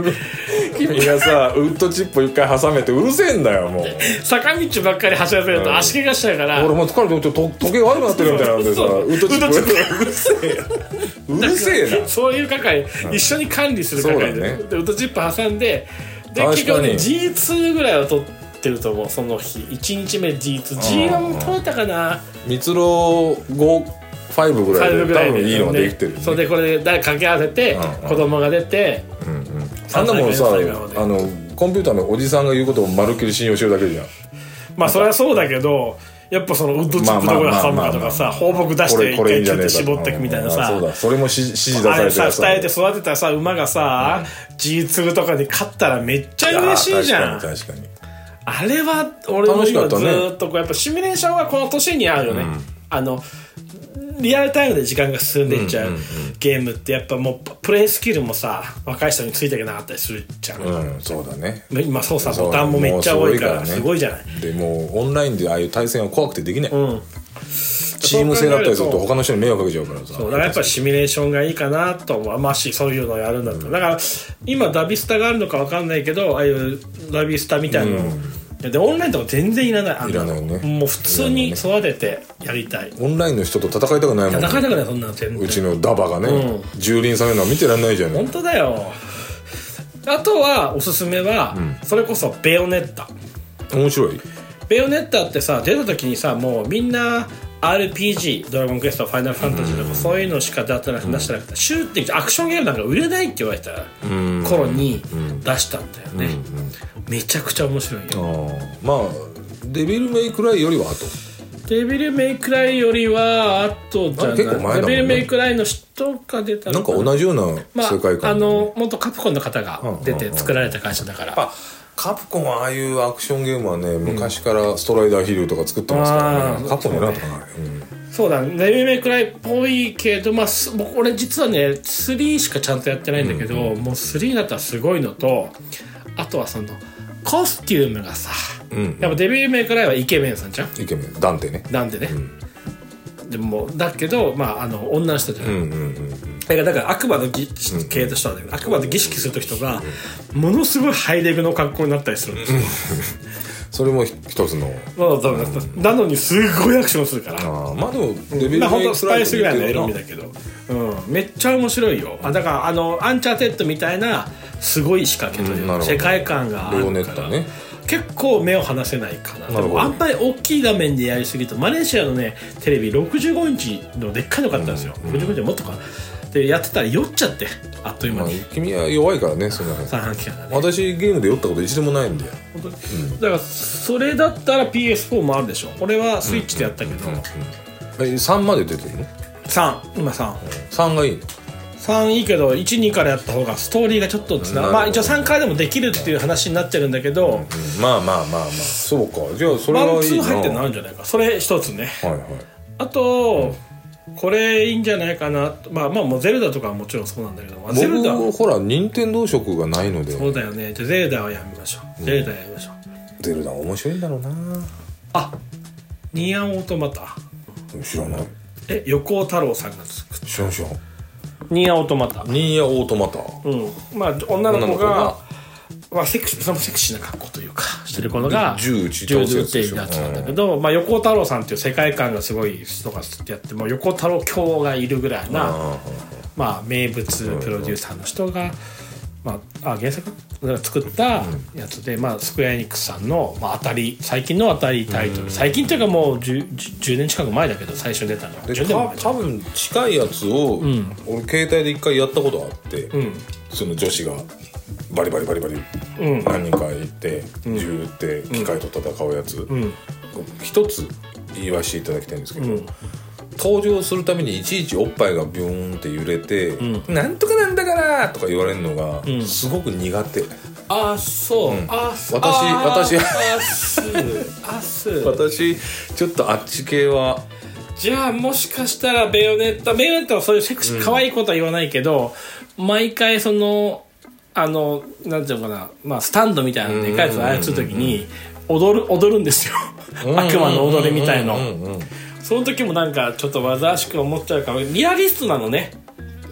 [SPEAKER 2] 君がさウッドチップ一回挟めてうるせえんだよもう
[SPEAKER 1] 坂道ばっかり走らせると足怪我しちゃうから、
[SPEAKER 2] 俺もう疲れてちょっと時計悪くなってるみたいなんでさ
[SPEAKER 1] そう
[SPEAKER 2] ウッドチッ
[SPEAKER 1] ウッドチ
[SPEAKER 2] プうるせえうるせえ な
[SPEAKER 1] そういう係、一緒に管理する係
[SPEAKER 2] そう
[SPEAKER 1] で,、
[SPEAKER 2] だね
[SPEAKER 1] でウッドチップ挟んでで
[SPEAKER 2] 確かに
[SPEAKER 1] 結局ね G2 ぐらいは取ってると思うその日1日目 G2G1 も取れたかな、
[SPEAKER 2] 蜜ろ55ぐらい
[SPEAKER 1] 最後
[SPEAKER 2] で
[SPEAKER 1] ぐ
[SPEAKER 2] 多
[SPEAKER 1] らい
[SPEAKER 2] 分いいのができてる、ね、
[SPEAKER 1] それでこれで掛け合わせて、
[SPEAKER 2] うんうん
[SPEAKER 1] 子供が出て
[SPEAKER 2] あんなもんさ
[SPEAKER 1] 最後の最後
[SPEAKER 2] あのコンピューターのおじさんが言うことをまるっきり信用してるだけじゃん
[SPEAKER 1] まあそれはそうだけどやっぱそのウッドチップどこに挟むかとかさ放牧出し
[SPEAKER 2] こ
[SPEAKER 1] て
[SPEAKER 2] れ
[SPEAKER 1] 一
[SPEAKER 2] これいい
[SPEAKER 1] 回
[SPEAKER 2] んじ
[SPEAKER 1] 切
[SPEAKER 2] ゃ
[SPEAKER 1] っ
[SPEAKER 2] ねえ
[SPEAKER 1] て絞
[SPEAKER 2] か
[SPEAKER 1] っていくみたいなさ
[SPEAKER 2] うんそうだそれも指指示出
[SPEAKER 1] あ
[SPEAKER 2] され
[SPEAKER 1] れ
[SPEAKER 2] てる
[SPEAKER 1] さ
[SPEAKER 2] やつ
[SPEAKER 1] 二人で育てたさ馬がさ G2 とかに勝ったらめっちゃ嬉しいじゃん
[SPEAKER 2] あー確かに確か
[SPEAKER 1] あれは俺の
[SPEAKER 2] 楽しか
[SPEAKER 1] 今
[SPEAKER 2] った
[SPEAKER 1] ず
[SPEAKER 2] ね
[SPEAKER 1] ーっとこうやっぱシミュレーションはこの年に合うよね、あのリアルタイムで時間が進んでいっちゃう,、ゲームってやっぱもうプレイスキルもさ若い人についていけなかったりするじゃん、
[SPEAKER 2] にうんそうだね
[SPEAKER 1] 今操作
[SPEAKER 2] そう
[SPEAKER 1] ボタンもめっちゃ多いから
[SPEAKER 2] もう
[SPEAKER 1] すごいじゃない
[SPEAKER 2] でもうオンラインでああいう対戦は怖くてできない、
[SPEAKER 1] ん
[SPEAKER 2] チーム制だったりすると他の人に迷惑かけちゃうからさ
[SPEAKER 1] そうだからやっぱシミュレーションがいいかなと思うまあしそういうのをやるんだったら、だから今ダビスタがあるのかわかんないけどああいうダビスタみたいなの、でオンラインとか全然いらないあんの
[SPEAKER 2] いらないね
[SPEAKER 1] もう普通に育ててやりたい
[SPEAKER 2] オンラインの人と戦いたくないもん
[SPEAKER 1] 戦いたくないそんなの全然
[SPEAKER 2] うちのダバがね、蹂躙されるのは見てらんないじゃない
[SPEAKER 1] 本当だよあとはおすすめは、それこそベヨネッタ
[SPEAKER 2] 面白い
[SPEAKER 1] ベヨネッタってさ出た時にさもうみんな RPG「ドラゴンクエスト」「ファイナルファンタジー」とかそういうのしか出してなくて出してなくて、シューティングアクションゲームなんか売れないって言われた頃に出したんだよね、めちゃくちゃ面白いよ
[SPEAKER 2] あーまあデビルメイクライよりは後
[SPEAKER 1] デビルメイクライよりはあとじゃない
[SPEAKER 2] あ結構前だもんね
[SPEAKER 1] デビルメイクライの人が出た
[SPEAKER 2] なん
[SPEAKER 1] の
[SPEAKER 2] か
[SPEAKER 1] な
[SPEAKER 2] 同じような
[SPEAKER 1] まあ
[SPEAKER 2] 世界観、、
[SPEAKER 1] あの元カプコンの方が出
[SPEAKER 2] うんうん
[SPEAKER 1] て
[SPEAKER 2] うん
[SPEAKER 1] 作られた会社だから、
[SPEAKER 2] あカプコンはああいうアクションゲームはね昔からストライダーヒルとか作ってますから
[SPEAKER 1] あ
[SPEAKER 2] ね
[SPEAKER 1] ー
[SPEAKER 2] カプコンやなとかな
[SPEAKER 1] そうだねデビルメイクライっぽいけどまあす僕俺実はね3しかちゃんとやってないんだけど、もう3だったらすごいのとあとはそのコステュームがさ、
[SPEAKER 2] ん
[SPEAKER 1] やっぱデビルメイクライはイケメンさんじゃん
[SPEAKER 2] イケメンダンテね
[SPEAKER 1] なんでね、でもだけどまああの女の人じゃん、
[SPEAKER 2] うんうんうん
[SPEAKER 1] だからだから悪魔の儀系としてはね、悪魔の儀式する時とか、ものすごいハイレグの格好になったりするんですよ、
[SPEAKER 2] それもひ一つの
[SPEAKER 1] まあ多分なのにすごいアクションするから
[SPEAKER 2] あーまあでもデビルメイク
[SPEAKER 1] まあ
[SPEAKER 2] ライ
[SPEAKER 1] 本当スパイスぐらいの
[SPEAKER 2] 色
[SPEAKER 1] 色味だけど、うん、めっちゃ面白いよあだからあのアンチャーテッドみたいなすごい仕掛けといううんか、
[SPEAKER 2] なるほど
[SPEAKER 1] 世界観があ
[SPEAKER 2] レオネ
[SPEAKER 1] るか
[SPEAKER 2] ッタ
[SPEAKER 1] ら、
[SPEAKER 2] ね
[SPEAKER 1] 結構目を離せないかな
[SPEAKER 2] なるほど
[SPEAKER 1] でもあんまり大きい画面でやりすぎるとマレーシアのねテレビ65インチのでっかいの買ったんですよ、65インチもっとかでやってたら酔っちゃってあっという間
[SPEAKER 2] まあ
[SPEAKER 1] に、
[SPEAKER 2] 君は弱いからねその辺
[SPEAKER 1] 三半規管がね
[SPEAKER 2] 私ゲームで酔ったこと一度もないんだよ
[SPEAKER 1] 本当にだからそれだったら PS4 もあるでしょ俺はスイッチでやったけど、
[SPEAKER 2] え3まで出てるの
[SPEAKER 1] 三今3
[SPEAKER 2] 3がいいの
[SPEAKER 1] 3いいけど12からやった方がストーリーがちょっとつな
[SPEAKER 2] なるほど
[SPEAKER 1] まあ一応3回でもできるっていう話になってるんだけど、
[SPEAKER 2] うんまあまあまあまあそうかじゃあそれ
[SPEAKER 1] ワン
[SPEAKER 2] はい
[SPEAKER 1] ツー
[SPEAKER 2] いな
[SPEAKER 1] 入ってるのあるんじゃないかそれ一つね
[SPEAKER 2] はいはい
[SPEAKER 1] あとこれいいんじゃないかなまあまあもうゼルダとかはもちろんそうなんだけど、まあ、ゼルダ
[SPEAKER 2] 僕ほら任天堂色がないので
[SPEAKER 1] そうだよねじゃあゼルダはやめましょうゼルダやりましょう、
[SPEAKER 2] ゼルダ面白いんだろうな
[SPEAKER 1] あニアンオートマタ
[SPEAKER 2] 知らない
[SPEAKER 1] え横尾太郎さんが作っ
[SPEAKER 2] 知らん知らん
[SPEAKER 1] たニアンオートマタ
[SPEAKER 2] ニーヤオートマタ
[SPEAKER 1] うんまあ女の子が
[SPEAKER 2] 女の子が
[SPEAKER 1] まあ、セクシーそのセクシーな格好というかしてる子のが
[SPEAKER 2] 銃撃ち
[SPEAKER 1] 銃
[SPEAKER 2] 倒す
[SPEAKER 1] 撃
[SPEAKER 2] や
[SPEAKER 1] っ
[SPEAKER 2] つ
[SPEAKER 1] て
[SPEAKER 2] で
[SPEAKER 1] い
[SPEAKER 2] しょ
[SPEAKER 1] うやつなんだけど、まあ、横尾太郎さんっていう世界観がすごい人がやってもう横尾太郎教がいるぐらいなまあ、名物プロデューサーの人が、まあ、あ原作が作ったやつで、まあ、スクエア・エニックスさんの、まあ、当たり最近の当たりタイトル、最近というかもう 10, 10年近く前だけど最初に出たのは
[SPEAKER 2] で
[SPEAKER 1] 10年も
[SPEAKER 2] た
[SPEAKER 1] 前
[SPEAKER 2] 多分近いやつを、俺携帯で一回やったことあって、その女子がバリバリバリバリ
[SPEAKER 1] うん
[SPEAKER 2] 何人かいて銃撃って機械と戦うやつ、
[SPEAKER 1] ん
[SPEAKER 2] 一つ言わせていただきたいんですけど、登場するためにいちいちおっぱいがビューンって揺れて「なんとかなんだから!」とか言われるのがすごく苦手、
[SPEAKER 1] あそう、あす
[SPEAKER 2] 私私
[SPEAKER 1] あすあす
[SPEAKER 2] 私ちょっとあっち系は
[SPEAKER 1] じゃあもしかしたらベヨネッタベヨネッタはそういうセクシー可愛いことは言わないけど、毎回そのあのなんていうのかな、まあ、スタンドみたいなのでかいやつを操る時に踊る踊るんですよ悪魔の踊りみたいの
[SPEAKER 2] うんうん
[SPEAKER 1] その時もなんかちょっと煩わしく思っちゃうからリアリストなのね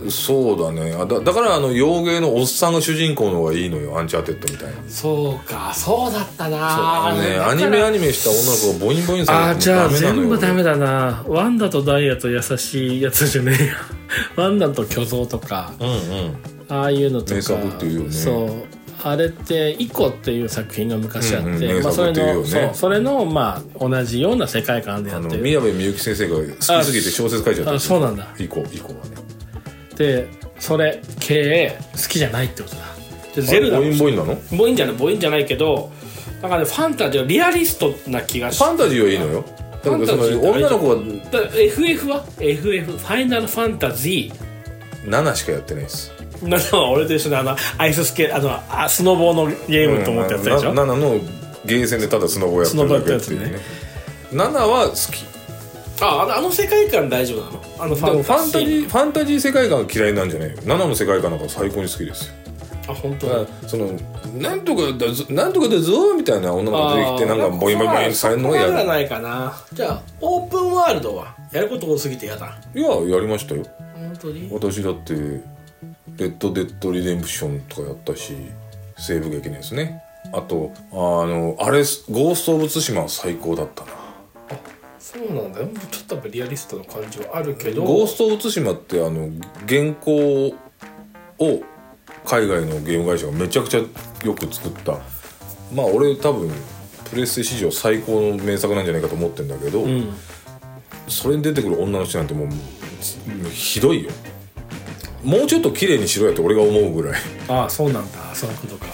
[SPEAKER 2] うんそうだねあだだからあの洋芸のおっさんが主人公の方がいいのよアンチャーテッドみたいな
[SPEAKER 1] そうかそうだったな
[SPEAKER 2] あのねアニメアニメした女の子をボインボインさ
[SPEAKER 1] あ
[SPEAKER 2] れ
[SPEAKER 1] ー
[SPEAKER 2] て
[SPEAKER 1] じゃあ全部ダメ
[SPEAKER 2] だ
[SPEAKER 1] だなワンダとダイヤと優しいやつじゃねえやワンダと巨像とか
[SPEAKER 2] うんうん
[SPEAKER 1] ああいうのとか
[SPEAKER 2] 名作っていうよね
[SPEAKER 1] そうあれって「イコ」っていう作品が昔あって、
[SPEAKER 2] うんうん
[SPEAKER 1] まあ、それ
[SPEAKER 2] 名作っていうよ
[SPEAKER 1] の
[SPEAKER 2] ね
[SPEAKER 1] そうそれのまあ同じような世界観でや
[SPEAKER 2] あ
[SPEAKER 1] っ
[SPEAKER 2] の
[SPEAKER 1] てる
[SPEAKER 2] 宮部みゆき先生が好きすぎて小説書いちゃった
[SPEAKER 1] あそうなんだ
[SPEAKER 2] 以降以降はね
[SPEAKER 1] でそれ経営好きじゃないってことだでゼルダ
[SPEAKER 2] あれボインボインなの
[SPEAKER 1] ボインじゃないボインじゃないけどなんかねファンタジーはリアリストな気がし
[SPEAKER 2] ファンタジーはいいのよだからそ
[SPEAKER 1] ファンタジーって
[SPEAKER 2] の女の子は
[SPEAKER 1] だ FF は FF ファイナルファンタジー
[SPEAKER 2] 7しかやってないです
[SPEAKER 1] なんか俺と一緒にあのアイススケあのあスノボーのゲームと思ったやつでしょ、
[SPEAKER 2] 7のゲーセンでただスノボやってるだけっていうね7は好き
[SPEAKER 1] ああのあの世界観大丈夫なのあのフ
[SPEAKER 2] でも
[SPEAKER 1] ァン
[SPEAKER 2] ファ
[SPEAKER 1] タ
[SPEAKER 2] ン
[SPEAKER 1] ジ
[SPEAKER 2] タジ
[SPEAKER 1] ー
[SPEAKER 2] ーファンタジー世界観が嫌いなんじゃないよ7の世界観なんか最高に好きですよ
[SPEAKER 1] あ本当
[SPEAKER 2] だ
[SPEAKER 1] だ
[SPEAKER 2] からそのなんとかだぞなんとかだぞみたいな女の子が出てきてなんかボインボインボインされるのが
[SPEAKER 1] や
[SPEAKER 2] や
[SPEAKER 1] るは
[SPEAKER 2] だ
[SPEAKER 1] ないかなじゃあオープンワールドはやること多すぎてやだ
[SPEAKER 2] いややりましたよ
[SPEAKER 1] 本当に
[SPEAKER 2] 私だって「レッド・デッド・リデンプション」とかやったし西部劇ですねあとあのあれ「ゴースト・オブ・ツシマ」は最高だったな
[SPEAKER 1] そうなんだよちょっとやっぱリアリストの感じはあるけど
[SPEAKER 2] ゴースト・オブ・ツシマってあの原稿を海外のゲーム会社がめちゃくちゃよく作ったまあ俺多分プレステ史上最高の名作なんじゃないかと思ってんだけど、
[SPEAKER 1] うん
[SPEAKER 2] それに出てくる女の人なんてもうひどいよもうちょっと綺麗にしろやって俺が思うぐらい
[SPEAKER 1] ああそうなんだそういうことか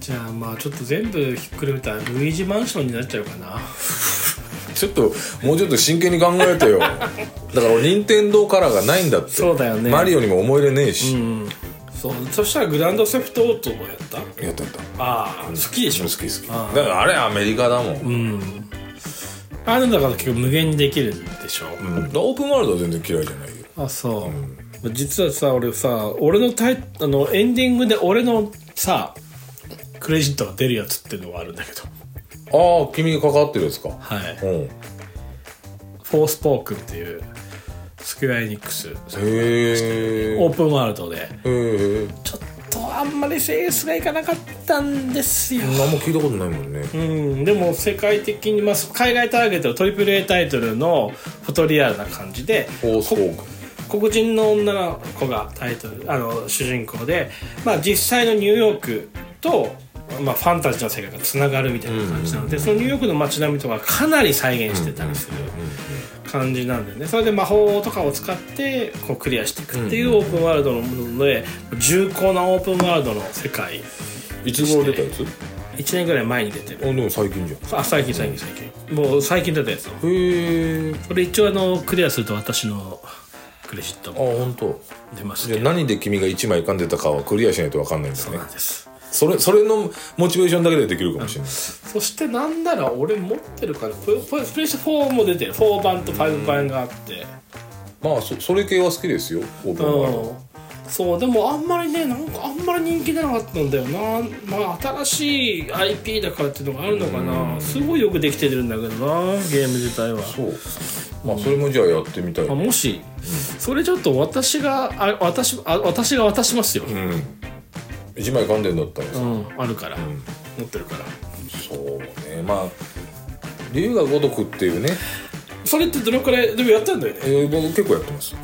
[SPEAKER 1] じゃあまあちょっと全部ひっくるめたらルイージマンションになっちゃうかな
[SPEAKER 2] ちょっともうちょっと真剣に考 えてよだから俺任天堂カラーがないんだって
[SPEAKER 1] そうだよね
[SPEAKER 2] マリオにも思い入れねえし、
[SPEAKER 1] うんそうそしたらグランドセプトオートもやった
[SPEAKER 2] やったやった
[SPEAKER 1] ああ好きでしょ
[SPEAKER 2] 好き好き
[SPEAKER 1] ああ
[SPEAKER 2] だからあれアメリカだもん、
[SPEAKER 1] うんあれだから結構無限にできるんでしょ
[SPEAKER 2] うんオープンワールドは全然嫌いじゃないよ
[SPEAKER 1] あそう、実はさ俺さ俺のタイあのエンディングで俺のさクレジットが出るやつっていうのがあるんだけど
[SPEAKER 2] ああ君に関わってるやつか
[SPEAKER 1] はい
[SPEAKER 2] うんへ
[SPEAKER 1] 「フォースポークン」っていうスクエアエニックス
[SPEAKER 2] え
[SPEAKER 1] オープンワールドで
[SPEAKER 2] へえ
[SPEAKER 1] ちょっとあんまりセールスがいかなかったんですよ
[SPEAKER 2] 何も聞いたことないもんね
[SPEAKER 1] うん、でも世界的に、まあ、海外ターゲットの AAA タイトルのフォトリアルな感じで
[SPEAKER 2] フォースポーク
[SPEAKER 1] 黒人の女の子がタイトルあの主人公で、まあ、実際のニューヨークと、まあ、ファンタジーの世界がつながるみたいな感じなので、そのニューヨークの街並みとかかなり再現してたりする感じなんでねそれで魔法とかを使ってこうクリアしていくっていうオープンワールドのもので重厚なオープンワールドの世界
[SPEAKER 2] いつ頃出たやつ
[SPEAKER 1] 1年ぐらい前に出てる
[SPEAKER 2] あでも最近じ
[SPEAKER 1] あ最近最近最近もう最近出たやつ
[SPEAKER 2] ゃんへえ
[SPEAKER 1] これ一応あのクリアすると私のクレジット
[SPEAKER 2] あ
[SPEAKER 1] も
[SPEAKER 2] 本当。
[SPEAKER 1] 出ます
[SPEAKER 2] じゃ
[SPEAKER 1] け
[SPEAKER 2] あ
[SPEAKER 1] ど
[SPEAKER 2] 何で君が1枚噛んでたかはクリアしないと分かんないんだ
[SPEAKER 1] そう
[SPEAKER 2] ね
[SPEAKER 1] なんです
[SPEAKER 2] それそれのモチベーションだけでできるかもしれない
[SPEAKER 1] そしてなんなら俺持ってるからプレプレプレステ4も出てる4版と5版があって
[SPEAKER 2] まあそそれ系は好きですよオープンワールド
[SPEAKER 1] うんそうでもあんまりねなんかあんまり人気出なかったんだよなまあ新しい IP だからっていうのがあるのかなすごいよくできてるんだけどなゲーム自体は
[SPEAKER 2] そうまあそれもじゃあやってみたい
[SPEAKER 1] あ
[SPEAKER 2] う
[SPEAKER 1] もしそれちょっと私があ私あ私が渡しますよ、
[SPEAKER 2] ん1枚噛んでんだったら
[SPEAKER 1] う
[SPEAKER 2] さ
[SPEAKER 1] ん、あるから、持ってるから
[SPEAKER 2] そうねまあ竜が如くっていうね
[SPEAKER 1] それってどのくらいでもやったんだよね
[SPEAKER 2] えー僕結構やってます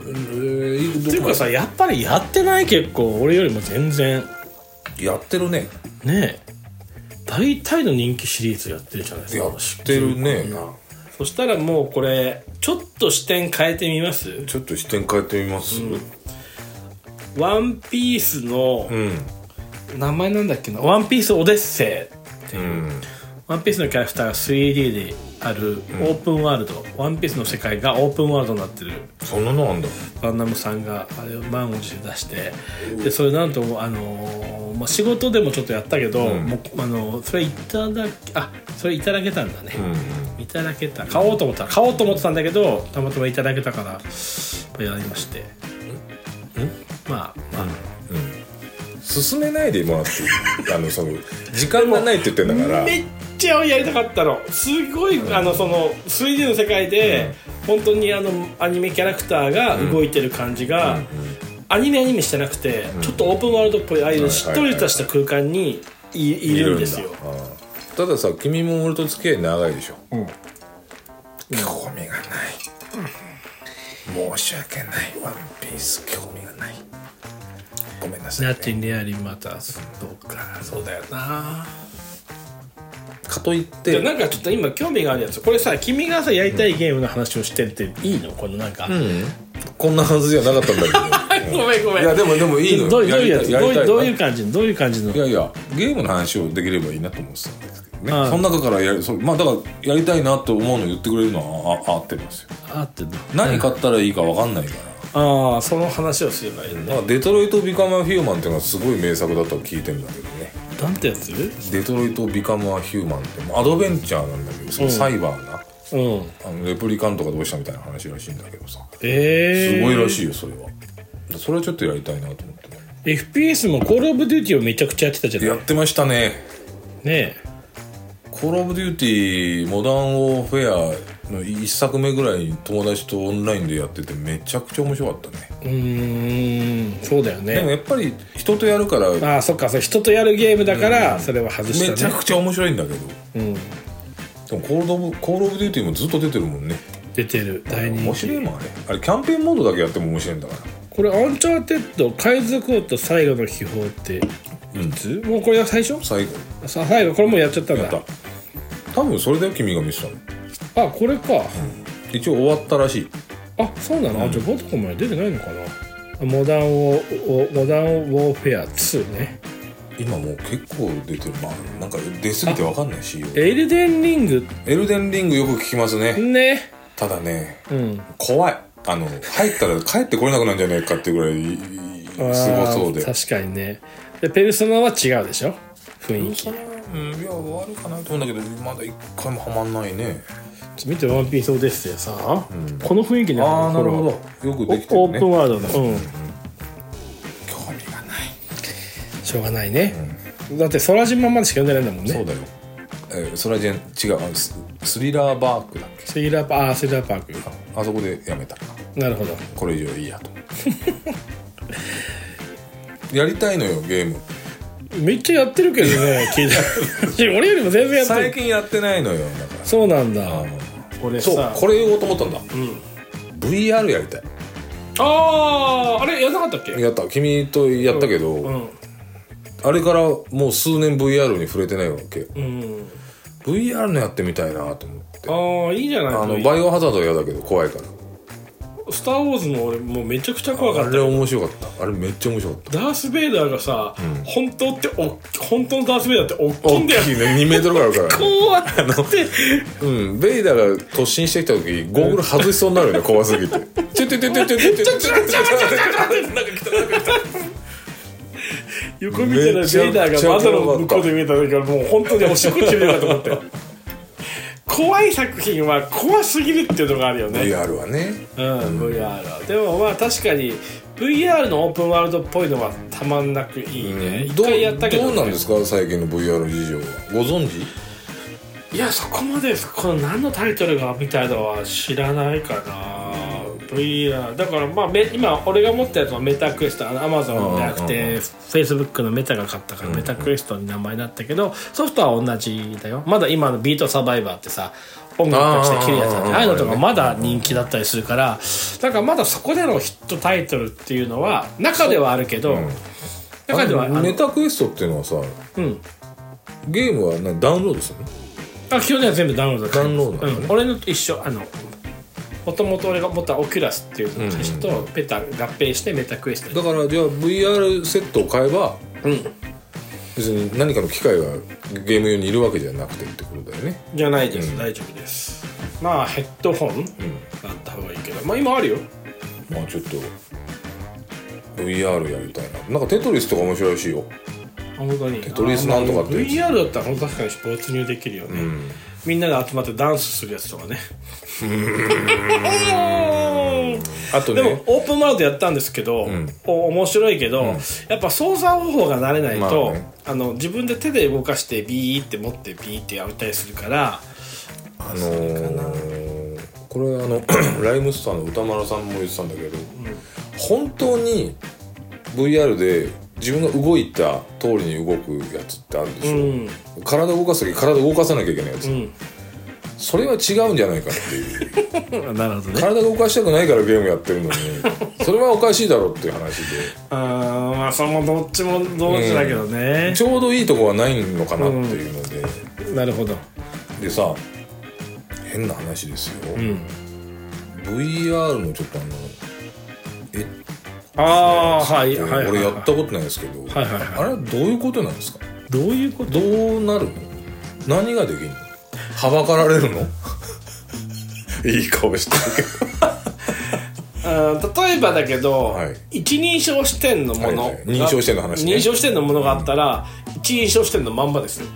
[SPEAKER 2] えー
[SPEAKER 1] っ
[SPEAKER 2] ど
[SPEAKER 1] ていうか
[SPEAKER 2] こまで
[SPEAKER 1] さやっぱりやってない結構俺よりも全然
[SPEAKER 2] やってるね
[SPEAKER 1] ねえ大体の人気シリーズやってるじゃないですか
[SPEAKER 2] やってるね
[SPEAKER 1] そしたらもうこれちょっと視点変えてみます
[SPEAKER 2] ちょっと視点変えてみます
[SPEAKER 1] ワンピースの
[SPEAKER 2] うん
[SPEAKER 1] 名前なんだっけな「ワンピースオデッセイ」
[SPEAKER 2] うん
[SPEAKER 1] ワンピースのキャラクターが 3D であるオープンワールド、ワンピースの世界がオープンワールドになってる
[SPEAKER 2] そんなのあんだ
[SPEAKER 1] ガンダムさんがあれを満を持して出してでそれなんとあのーまあ、仕事でもちょっとやったけど、
[SPEAKER 2] うん
[SPEAKER 1] もうあのーそれいただけあそれいただけたんだね、
[SPEAKER 2] う
[SPEAKER 1] いただけた買おうと思った買おうと思ってたんだけどたまたまいただけたからやりまして
[SPEAKER 2] んん
[SPEAKER 1] まあまあ、
[SPEAKER 2] 進めないでもらってい いあのその時間がないって言ってんだから
[SPEAKER 1] めっちゃやりたかったのすごい、あのその 3D の世界で、本当にあのアニメキャラクターが動いてる感じが、アニメアニメしてなくて、ちょっとオープンワールドっぽいああいうしっとりとした空間にい,、いるんですよ
[SPEAKER 2] いだああたださ君も俺と付き合い長いでしょ、興味がない申し訳ないワンピース興味がないごめんなさい、
[SPEAKER 1] ナ
[SPEAKER 2] ね、
[SPEAKER 1] ティンレアリマターズどうかそうだよな
[SPEAKER 2] かといっ
[SPEAKER 1] じ
[SPEAKER 2] て
[SPEAKER 1] ゃあなんかちょっと今興味があるやつこれさ君がさやりたいゲームの話をしてっていいのこのなんか、
[SPEAKER 2] うんこんなはずじゃなかったんだけ ど
[SPEAKER 1] ごめんごめん
[SPEAKER 2] いやでもでもいいのよ
[SPEAKER 1] どういうどういうやつ
[SPEAKER 2] やりた
[SPEAKER 1] どう
[SPEAKER 2] い
[SPEAKER 1] どう
[SPEAKER 2] や
[SPEAKER 1] い
[SPEAKER 2] り
[SPEAKER 1] う感じのどういう感じの
[SPEAKER 2] たいいやいやゲームの話をできればいいなと思ってたんですけどね、
[SPEAKER 1] はい
[SPEAKER 2] その中からやるそうまあだからやりたいなと思うの言ってくれるのはああ合ってますよ
[SPEAKER 1] あってんの
[SPEAKER 2] 何買ったらいいか分かんないから
[SPEAKER 1] ああその話をすればいいんだ
[SPEAKER 2] なんかデトロイト・ビカム・ア・ヒューマンっていうのがすごい名作だとは聞いてんだけどね
[SPEAKER 1] なんてやつ
[SPEAKER 2] デトロイト・ビカム・ア・ヒューマンってもうアドベンチャーなんだけどそのサイバーが、
[SPEAKER 1] うん
[SPEAKER 2] あのレプリカントがどうしたみたいな話らしいんだけどさ
[SPEAKER 1] ええ
[SPEAKER 2] すごいら
[SPEAKER 1] い
[SPEAKER 2] しいよそれはそれはちょっとやりたいなと思ってね
[SPEAKER 1] FPS もコールオブデューティーをめちゃくちゃやってたじゃな
[SPEAKER 2] や
[SPEAKER 1] い
[SPEAKER 2] っ
[SPEAKER 1] ね
[SPEAKER 2] てましたね
[SPEAKER 1] え
[SPEAKER 2] コール・オブ・デューティーモダン・ウォーフェアの1作目ぐらいに友達とオンラインでやっててめちゃくちゃ面白かったね
[SPEAKER 1] うーんそうだよ
[SPEAKER 2] でも
[SPEAKER 1] ね
[SPEAKER 2] やっぱり人とやるから
[SPEAKER 1] ああそっかそれ人とやるゲームだからそれは外したね
[SPEAKER 2] めちゃくちゃ面白いんだけど
[SPEAKER 1] うん
[SPEAKER 2] でもコールドブコールオブデューティーもずっと出てるもんね
[SPEAKER 1] 出てる大人
[SPEAKER 2] 面
[SPEAKER 1] 気
[SPEAKER 2] 白いもんあれあれキャンペーンモードだけやっても面白いんだから
[SPEAKER 1] これ「アンチャーテッド海賊王と最後の秘宝」っていつ、もうこれが最初
[SPEAKER 2] 最後
[SPEAKER 1] さ最後これもうやっちゃったん
[SPEAKER 2] やっ
[SPEAKER 1] だ
[SPEAKER 2] た多分それだよ君が見せたの
[SPEAKER 1] あこれか、
[SPEAKER 2] 一応終わったらしい
[SPEAKER 1] あそうなの、あじゃあボトコまで出てないのかなあモダンをモダンウォーフェア2ね
[SPEAKER 2] 今もう結構出てるまあなんか出すぎて分かんないし
[SPEAKER 1] エルデンリング
[SPEAKER 2] エルデンリングよく聞きますね
[SPEAKER 1] ね
[SPEAKER 2] ただね
[SPEAKER 1] うん
[SPEAKER 2] 怖いあの入ったら帰ってこれなくなるんじゃないかっていうぐらいすごそうで
[SPEAKER 1] あー確かにねでペルソナは違うでしょ雰囲気
[SPEAKER 2] うんいや終わるかなと思うんだけどまだ一回もはまんないね
[SPEAKER 1] ちょ見て「ワンピースオデッセイさ、この雰囲気ね
[SPEAKER 2] ああなる
[SPEAKER 1] これ
[SPEAKER 2] ほど
[SPEAKER 1] は
[SPEAKER 2] よく
[SPEAKER 1] お
[SPEAKER 2] できてる
[SPEAKER 1] オー
[SPEAKER 2] ね
[SPEAKER 1] プンワールドのうん
[SPEAKER 2] 興味がない
[SPEAKER 1] しょうがないね、だって空島までしか読んでないんだもん
[SPEAKER 2] そう
[SPEAKER 1] ね
[SPEAKER 2] だよ。えー、それはじゃ違うあのススリラーバークだっけ
[SPEAKER 1] セイラーパーあーセイラーパーク
[SPEAKER 2] あそこでやめた
[SPEAKER 1] なるほど
[SPEAKER 2] これ以上いいやとやりたいのよゲーム
[SPEAKER 1] めっちゃやってるけどね聞い た俺よりも全然やって
[SPEAKER 2] 最
[SPEAKER 1] る
[SPEAKER 2] 近やってないのよだか
[SPEAKER 1] そうなんだ
[SPEAKER 2] ら
[SPEAKER 1] 俺さ
[SPEAKER 2] そうこれ言おうと思ったんだ、VR やりたい
[SPEAKER 1] あああれやんなかったっけ
[SPEAKER 2] やった君とやったけど、
[SPEAKER 1] うん
[SPEAKER 2] あれからもう数年 VR に触れてないわけ
[SPEAKER 1] うん、
[SPEAKER 2] VR のやってみたいなと思って
[SPEAKER 1] ああいいじゃない
[SPEAKER 2] あの
[SPEAKER 1] これ
[SPEAKER 2] バイオハザードは嫌だけど怖いから
[SPEAKER 1] スター・ウォーズの俺もうめちゃくちゃ怖か
[SPEAKER 2] あ
[SPEAKER 1] っ
[SPEAKER 2] れ
[SPEAKER 1] たよ
[SPEAKER 2] 面白かったあれめっちゃ面白かった
[SPEAKER 1] ダース・ベイダーがさ、本当っておっ本当のダース・ベイダーっておっきいんだよ
[SPEAKER 2] いね2メートルぐらいあるからね
[SPEAKER 1] 怖って
[SPEAKER 2] うん、ベイダーが突進してきた時ゴーグル外しそうになるよね怖すぎて。ちょちょちょちょちょちょちょちょちょちょ
[SPEAKER 1] 横見てるベイダーが窓の向こうで見えた時はもう本当におしっこ決めたと思ったよ怖い作品は怖すぎるっていうのがあるよね
[SPEAKER 2] VR はね。
[SPEAKER 1] うん、VR でもまあ確かに VR のオープンワールドっぽいのはたまんなくいいね、一
[SPEAKER 2] どう
[SPEAKER 1] 回やったけど,、
[SPEAKER 2] どうなんですか最近の VR 事情は。ご存知
[SPEAKER 1] いやそこまでこの何のタイトルがみたいのは知らないかな、VR だからまあめ今俺が持ったやつはメタクエストアマゾンじゃなく
[SPEAKER 2] うんうん
[SPEAKER 1] て Facebook のメタが買ったからメタクエストに名前だったけどソフトは同じだよまだ今のビートサバイバーってさ音楽として切るやつだっ
[SPEAKER 2] あー
[SPEAKER 1] てああいうのとかまだ人気だったりするからだからまだそこでのヒットタイトルっていうのは中ではあるけど、中ではあ
[SPEAKER 2] あのメ
[SPEAKER 1] の
[SPEAKER 2] タクエストっていうのはさ、
[SPEAKER 1] うん
[SPEAKER 2] ゲームは何ダウンロードするの
[SPEAKER 1] あ基本的には全部ダウンロード
[SPEAKER 2] ダウンロードなの
[SPEAKER 1] う
[SPEAKER 2] ね
[SPEAKER 1] ん、俺のと一緒あのもともと俺が持ったオキュラスっていう機種とペタ合併してメタクエストに
[SPEAKER 2] だからじゃあ VR セットを買えば、
[SPEAKER 1] うん
[SPEAKER 2] 別に何かの機械がゲーム用にいるわけじゃなくてってことだよね
[SPEAKER 1] じゃないです、
[SPEAKER 2] うん
[SPEAKER 1] 大丈夫ですまあヘッドホンがあった方がいいけどまあ今あるよ
[SPEAKER 2] まあちょっと VR やりたいななんかテトリスとか面白いらしいよ
[SPEAKER 1] あ本当にテ
[SPEAKER 2] トリスなんとかってやつ
[SPEAKER 1] VR だったら本当確かに没入できるよね、みんなで集まってダンスするやつと かね
[SPEAKER 2] あと
[SPEAKER 1] でも
[SPEAKER 2] ね
[SPEAKER 1] オープンワールドやったんですけど、
[SPEAKER 2] ん
[SPEAKER 1] お面白いけど、やっぱ操作方法が慣れないと、
[SPEAKER 2] まあね
[SPEAKER 1] あの自分で手で動かしてビーって持ってビーってやったりするから
[SPEAKER 2] あのーこれあの ライムスターの歌丸さんも言ってたんだけど、本当に VR で自分が動いた通りに動くやつってあるでし
[SPEAKER 1] う
[SPEAKER 2] ょ、
[SPEAKER 1] ん
[SPEAKER 2] 体動かす時体動かさなきゃいけないやつ、
[SPEAKER 1] うん
[SPEAKER 2] それは違うんじゃないかっていう
[SPEAKER 1] なるほどね
[SPEAKER 2] 体動かしたくないからゲームやってるのに それはおかしいだろうっていう話で
[SPEAKER 1] あーまあそのどっちも同時だけどね
[SPEAKER 2] ち、ょうどいいとこはないのかなっていうので、
[SPEAKER 1] なるほど
[SPEAKER 2] でさ変な話ですよ、
[SPEAKER 1] ん
[SPEAKER 2] VR のちょっとあのえ
[SPEAKER 1] ああはいはいはい、はい、
[SPEAKER 2] 俺やったことないですけど、
[SPEAKER 1] はいはいはい
[SPEAKER 2] あれはどういうことなんですか
[SPEAKER 1] どういうこと
[SPEAKER 2] どうなるの何ができるのはばかられるの いい顔してるけど
[SPEAKER 1] あー例えばだけど、
[SPEAKER 2] はい
[SPEAKER 1] 一人称視点のものが、
[SPEAKER 2] はいはい認証視点の話ね
[SPEAKER 1] 認証視点のものがあったら、一人称視点のまんまですよ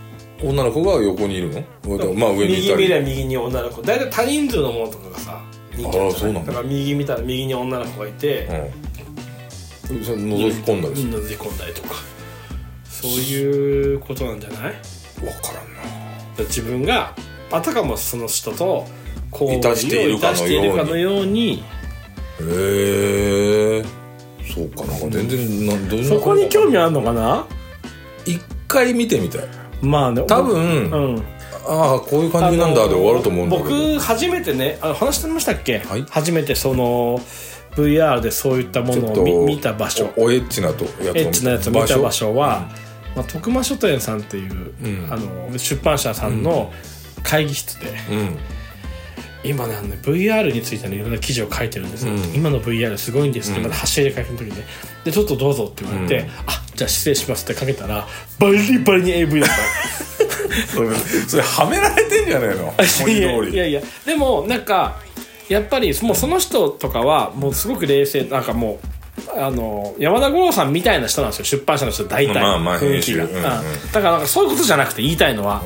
[SPEAKER 2] 女の子が横にいるのまあ上に
[SPEAKER 1] 右
[SPEAKER 2] いた
[SPEAKER 1] 見
[SPEAKER 2] り
[SPEAKER 1] りゃ右に女の子大体多人数のものとかがさ人間
[SPEAKER 2] あー
[SPEAKER 1] じゃ
[SPEAKER 2] そうなん
[SPEAKER 1] だ
[SPEAKER 2] だ
[SPEAKER 1] から右見たら右に女の子がいて、
[SPEAKER 2] うん、それ覗き込んだりす
[SPEAKER 1] みんなで込んだりとかそういうことなんじゃないだか
[SPEAKER 2] るわからんな
[SPEAKER 1] ら自分があたかもその人とこう
[SPEAKER 2] いたしているかのよう
[SPEAKER 1] し
[SPEAKER 2] に
[SPEAKER 1] ているかのように
[SPEAKER 2] へえそうかなんか全然などんな
[SPEAKER 1] そこに興味あるのかな
[SPEAKER 2] 一回見てみたい
[SPEAKER 1] まあね
[SPEAKER 2] 多分、あ
[SPEAKER 1] うん
[SPEAKER 2] あこういう感じなんだで終わると思うんだけど
[SPEAKER 1] 僕初めてねあの話してましたっけ、
[SPEAKER 2] はい
[SPEAKER 1] 初めてその VR でそういったも
[SPEAKER 2] ち
[SPEAKER 1] の
[SPEAKER 2] ょっ
[SPEAKER 1] を
[SPEAKER 2] と
[SPEAKER 1] 見見た場所
[SPEAKER 2] おおエッチなとや
[SPEAKER 1] エッチなやつを見た場所は、まあ、徳間書店さんっていう、
[SPEAKER 2] うん
[SPEAKER 1] あの出版社さんの会議室で、
[SPEAKER 2] うん
[SPEAKER 1] 今ねあのね VR についてのいろんな記事を書いてるんですよ、
[SPEAKER 2] うん
[SPEAKER 1] 今の VR すごいんですって、まだ走り書きの時にねでちょっとどうぞって言われて、
[SPEAKER 2] うん
[SPEAKER 1] あじゃあ失礼しますってかけたらバリバリに AV だった
[SPEAKER 2] それそれはめられてんじゃねえの文字通
[SPEAKER 1] いや
[SPEAKER 2] り
[SPEAKER 1] いやいやでもなんかやっぱりもうその人とかはもうすごく冷静なんかもうあの山田五郎さんみたいな人なんですよ出版社の人大体
[SPEAKER 2] まあまあ
[SPEAKER 1] 雰囲気が、
[SPEAKER 2] 編集うんうん
[SPEAKER 1] あだからなんかそういうことじゃなくて言いたいのは、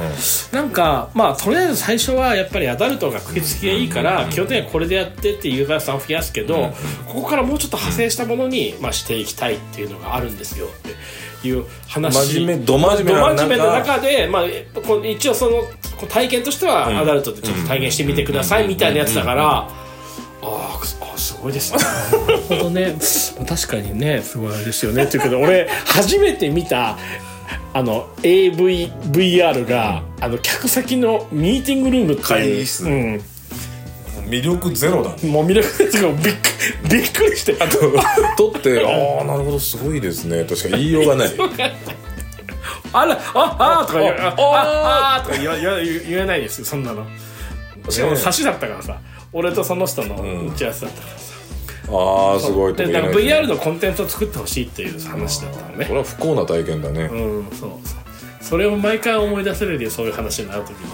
[SPEAKER 1] なんかまあとりあえず最初はやっぱりアダルトが食いつきがいいから、基本的にはこれでやってっていうユーザーさんを増やすけど、ここからもうちょっと派生したものに、まあ、していきたいっていうのがあるんですよっていう話
[SPEAKER 2] 真面目ど真面目な
[SPEAKER 1] ど真面目な中で、まあ、えこう一応そのこう体験としてはアダルトでちょっと体験してみてくださいみたいなやつだから、あーくすあーすごいですね なるほどね確かにねすごいあれですよねっていうけど俺初めて見たあの AVVR が、あの客先のミーティングルームっていう
[SPEAKER 2] 会議室
[SPEAKER 1] う
[SPEAKER 2] 魅力ゼロだ
[SPEAKER 1] ん、
[SPEAKER 2] ね
[SPEAKER 1] もう見るですけどびっく びっくりしてあと
[SPEAKER 2] 撮ってああなるほどすごいですねとしか言いよ うがない
[SPEAKER 1] あら、あ、あ、とか言う、
[SPEAKER 2] あ
[SPEAKER 1] あ、あ、あ、とか言わ、言わ、言えないですよ、そんなの。しかも、差しだったからさ、俺とその人の打ち合わせだったからさ。
[SPEAKER 2] ああすごいと
[SPEAKER 1] で、
[SPEAKER 2] か
[SPEAKER 1] だ
[SPEAKER 2] 言
[SPEAKER 1] から、
[SPEAKER 2] えない
[SPEAKER 1] VR のコンテンツを作ってほしいっていう話だったの
[SPEAKER 2] こ
[SPEAKER 1] ね。
[SPEAKER 2] れは不幸な体験だね、
[SPEAKER 1] うん、そうそう。それを毎回思い出せるで、そういう話になるときに。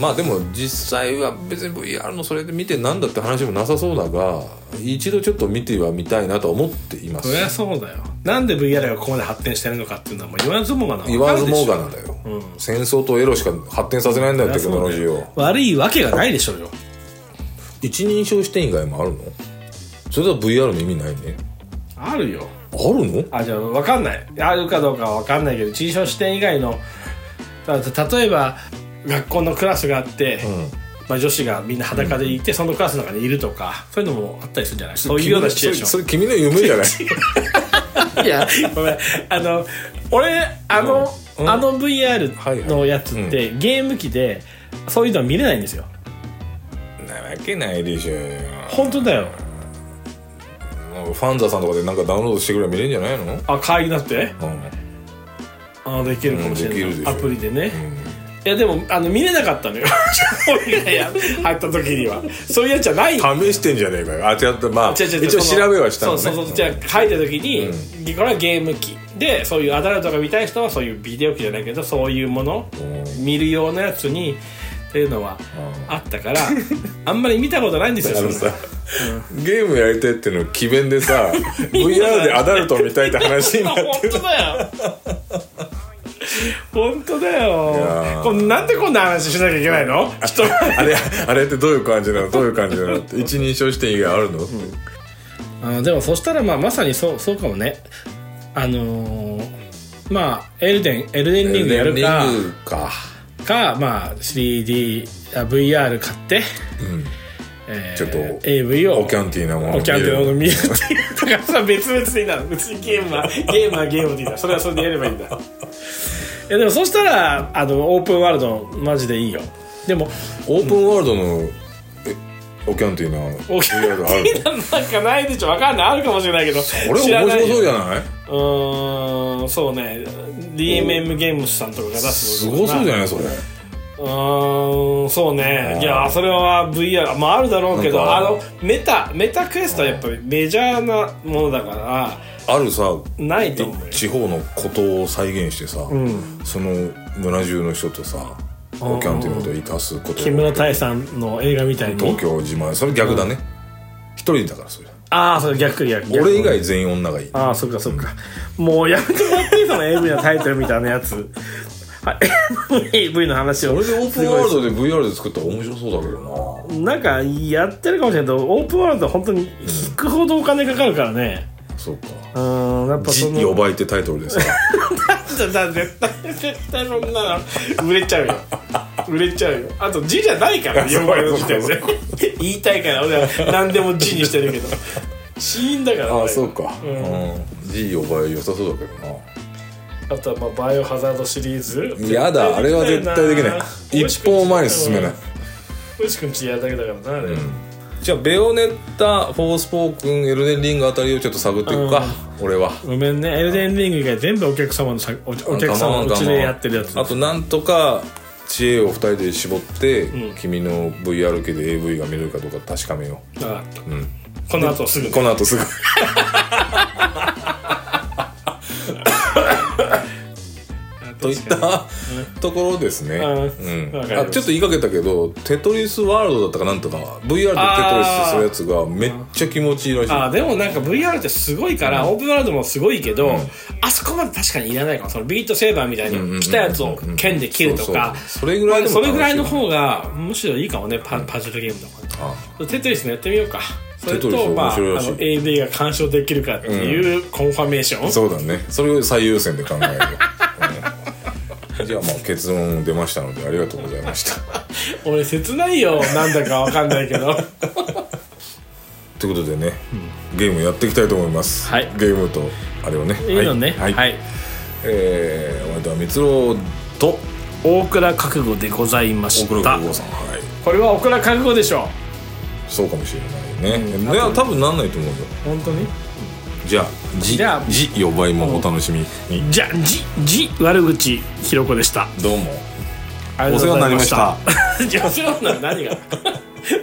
[SPEAKER 2] まあでも実際は別に VR のそれで見てなんだって話もなさそうだが一度ちょっと見てはみたいなとは思っています
[SPEAKER 1] そりゃそうだよ。なんで VR がここまで発展してるのかっていうのは、もう言わずもがな。
[SPEAKER 2] 言わずもが
[SPEAKER 1] な。
[SPEAKER 2] なだよ、戦争とエロしか発展させないんだよテクノロジーを
[SPEAKER 1] 悪いわけがないでしょうよ。
[SPEAKER 2] 一人称視点以外もあるのそれでは VR の意味ないね
[SPEAKER 1] あるよ。
[SPEAKER 2] あるの
[SPEAKER 1] あじゃあ分かんないあるかどうかは分かんないけど人称視点以外のだから例えば学校のクラスがあって、まあ、女子がみんな裸でいて、そのクラスの中にいるとかそういうのもあったりするんじゃないそういうようなシチュエーシ
[SPEAKER 2] そ
[SPEAKER 1] ョ
[SPEAKER 2] れそれ君の夢じゃない
[SPEAKER 1] ンいや ごめんあの俺あの、
[SPEAKER 2] うん
[SPEAKER 1] あの VR
[SPEAKER 2] はいはい
[SPEAKER 1] のやつって、ゲーム機でそういうのは見れないんですよ
[SPEAKER 2] なわけないでしょ
[SPEAKER 1] 本当だよ
[SPEAKER 2] ファンザさんとかでなんかダウンロードしてくれば見れるんじゃないの、
[SPEAKER 1] あ会議になって
[SPEAKER 2] う
[SPEAKER 1] あできるかもしれない、
[SPEAKER 2] うんできるでしょ
[SPEAKER 1] アプリでね、
[SPEAKER 2] んうん
[SPEAKER 1] いやでもあの見れなかったのよ 俺がや入った時にはそういうやつじゃない
[SPEAKER 2] 試してんじゃねえかよあ違ったまあ
[SPEAKER 1] 違う違う違う
[SPEAKER 2] 一応
[SPEAKER 1] その
[SPEAKER 2] 調べはしたのね
[SPEAKER 1] そうそうそうじゃあ書いた時に、これはゲーム機でそういうアダルトが見たい人はそういうビデオ機じゃないけどそういうもの
[SPEAKER 2] うん
[SPEAKER 1] 見るようなやつにっていうのはあったからあんまり見たことないんですよ
[SPEAKER 2] あの
[SPEAKER 1] それ
[SPEAKER 2] さ、ゲームやりたいっていうのを詭弁で さ VR でアダルトを見たいって話になっ
[SPEAKER 1] 本
[SPEAKER 2] て
[SPEAKER 1] 当だよ本当だよ
[SPEAKER 2] ー
[SPEAKER 1] こんなんでこんな話しなきゃいけないの人
[SPEAKER 2] あれあれってどういう感じなのどういう感じなのって一人称視点以外あるの、
[SPEAKER 1] あーでもそしたらまあまさにそうそうかもねあのーまあエルデンエルデンリングやるか
[SPEAKER 2] リングか
[SPEAKER 1] かまあ 3DVR 買って、えー
[SPEAKER 2] ちょっと
[SPEAKER 1] AV を
[SPEAKER 2] オキャンティーなもの
[SPEAKER 1] おキャンティーを
[SPEAKER 2] 見
[SPEAKER 1] 見るっていうだからさ別々でいいな 別にゲームはゲームはゲームでいいんだそれはそれでやればいいんだ いやでもそしたらあのオープンワールドマジでいいよでも
[SPEAKER 2] オープンワールドの、えオキャンティーな
[SPEAKER 1] オキャン
[SPEAKER 2] VR ある
[SPEAKER 1] ティーなんかないでしょわかんないあるかもしれないけど
[SPEAKER 2] の俺
[SPEAKER 1] 知ら
[SPEAKER 2] 面
[SPEAKER 1] な
[SPEAKER 2] 白
[SPEAKER 1] い
[SPEAKER 2] そうじ
[SPEAKER 1] よ
[SPEAKER 2] ゃないう
[SPEAKER 1] ーんそうね DMM ゲームスさんとかが出す
[SPEAKER 2] すごそうじゃ
[SPEAKER 1] い
[SPEAKER 2] ないそれ
[SPEAKER 1] うーんそうねいやそれは VR まああるだろうけど
[SPEAKER 2] なんか
[SPEAKER 1] あのメタメタクエストはやっぱりメジャーなものだから
[SPEAKER 2] あるさ
[SPEAKER 1] ないと思うよ
[SPEAKER 2] 地方のことを再現してさ、
[SPEAKER 1] ん
[SPEAKER 2] その村中の人とさオキャンティーのことを生かすこと
[SPEAKER 1] 木村多江さんの映画みたいに
[SPEAKER 2] 東京自慢それ逆だね一、人だからそれ
[SPEAKER 1] ああそれ逆逆逆
[SPEAKER 2] 俺以外全員女がいい
[SPEAKER 1] ああそっかそっか、もうやめてもらっていいその AV のタイトルみたいなやつはい AV の話を
[SPEAKER 2] 俺でオープンワールドで VR で作ったら面白そうだけど
[SPEAKER 1] なんかやってるかもしれないけどオープンワールド本当に引くほどお金かかるからね
[SPEAKER 2] なそうか
[SPEAKER 1] うーんやっ
[SPEAKER 2] 「
[SPEAKER 1] ぱそ
[SPEAKER 2] じ」
[SPEAKER 1] の
[SPEAKER 2] 呼ばいってタイトルでさ
[SPEAKER 1] だだ絶対絶対そんなの売れちゃうよ売れちゃうよあと字じゃないから
[SPEAKER 2] そう
[SPEAKER 1] 呼ばれる時点で言いたいから俺は何でも字にしてるけど死因だから
[SPEAKER 2] あ
[SPEAKER 1] 俺
[SPEAKER 2] あそうか「
[SPEAKER 1] う
[SPEAKER 2] うんん、G」呼ばい良さそうだけど
[SPEAKER 1] あとはまあバイオハザードシリーズ
[SPEAKER 2] なやだあれは絶対できない一歩前に進めない
[SPEAKER 1] よし君ちやるだけだからなあれ、
[SPEAKER 2] じゃあベオネッタフォースポークンエルデンリングあたりをちょっと探っていくか、俺は
[SPEAKER 1] ごめんねエルデンリング以外全部お客様のさおお客様のうちでやってるやつ
[SPEAKER 2] あとなんとか知恵を二人で絞って、
[SPEAKER 1] うん
[SPEAKER 2] 君の VR 系で AV が見れるかどうか確かめよ
[SPEAKER 1] 分かった
[SPEAKER 2] う、うん、
[SPEAKER 1] この後すぐ
[SPEAKER 2] この後 すぐといったところですね、
[SPEAKER 1] うん
[SPEAKER 2] うん
[SPEAKER 1] わかりま
[SPEAKER 2] あ
[SPEAKER 1] した
[SPEAKER 2] ちょっと言いかけたけどテトリスワールドだったかなんとか VR でテトリスするやつがめっちゃ気持ちいいらしい
[SPEAKER 1] あーでもなんか VR ってすごいから、オープンワールドもすごいけど、あそこまで確かにいらないかもそのビートセーバーみたい
[SPEAKER 2] うんうんうんう
[SPEAKER 1] に
[SPEAKER 2] ん
[SPEAKER 1] 来たやつを剣で切るとか
[SPEAKER 2] そうそうそれぐらいでも
[SPEAKER 1] それぐらいの
[SPEAKER 2] 楽しい
[SPEAKER 1] 方がむしろいいかもねパパズルゲームとか
[SPEAKER 2] あ
[SPEAKER 1] テトリスのやってみようかそれ
[SPEAKER 2] テトリス
[SPEAKER 1] とまああ
[SPEAKER 2] 面白いらしい
[SPEAKER 1] の AV が鑑賞できるかっていうコンファメーション、
[SPEAKER 2] そうだねそれを最優先で考える、うんじゃあまあ結論出ましたのでありがとうございました
[SPEAKER 1] 俺切ないよなんだかわかんないけど
[SPEAKER 2] ということでね、ゲームやっていきたいと思います、
[SPEAKER 1] はい
[SPEAKER 2] ゲームとあれをね
[SPEAKER 1] いいのね
[SPEAKER 2] はい、はいえー、お相手は三郎と
[SPEAKER 1] 大倉覚悟でございまし
[SPEAKER 2] 大黒
[SPEAKER 1] た
[SPEAKER 2] 五さんはい
[SPEAKER 1] これは大倉覚悟でしょ
[SPEAKER 2] そうかもしれないね、いや多分なんないと思うよ
[SPEAKER 1] 本当に
[SPEAKER 2] じゃあじ
[SPEAKER 1] じゃあ
[SPEAKER 2] じ呼ばいもお楽しみに、
[SPEAKER 1] じゃじじ悪口ひろこでした
[SPEAKER 2] どうも
[SPEAKER 1] あり
[SPEAKER 2] お
[SPEAKER 1] が
[SPEAKER 2] 世
[SPEAKER 1] とうござ
[SPEAKER 2] 話になり
[SPEAKER 1] い
[SPEAKER 2] まし た
[SPEAKER 1] いやお世話になる何が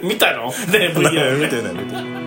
[SPEAKER 1] 見たのね VR
[SPEAKER 2] 見てない見てない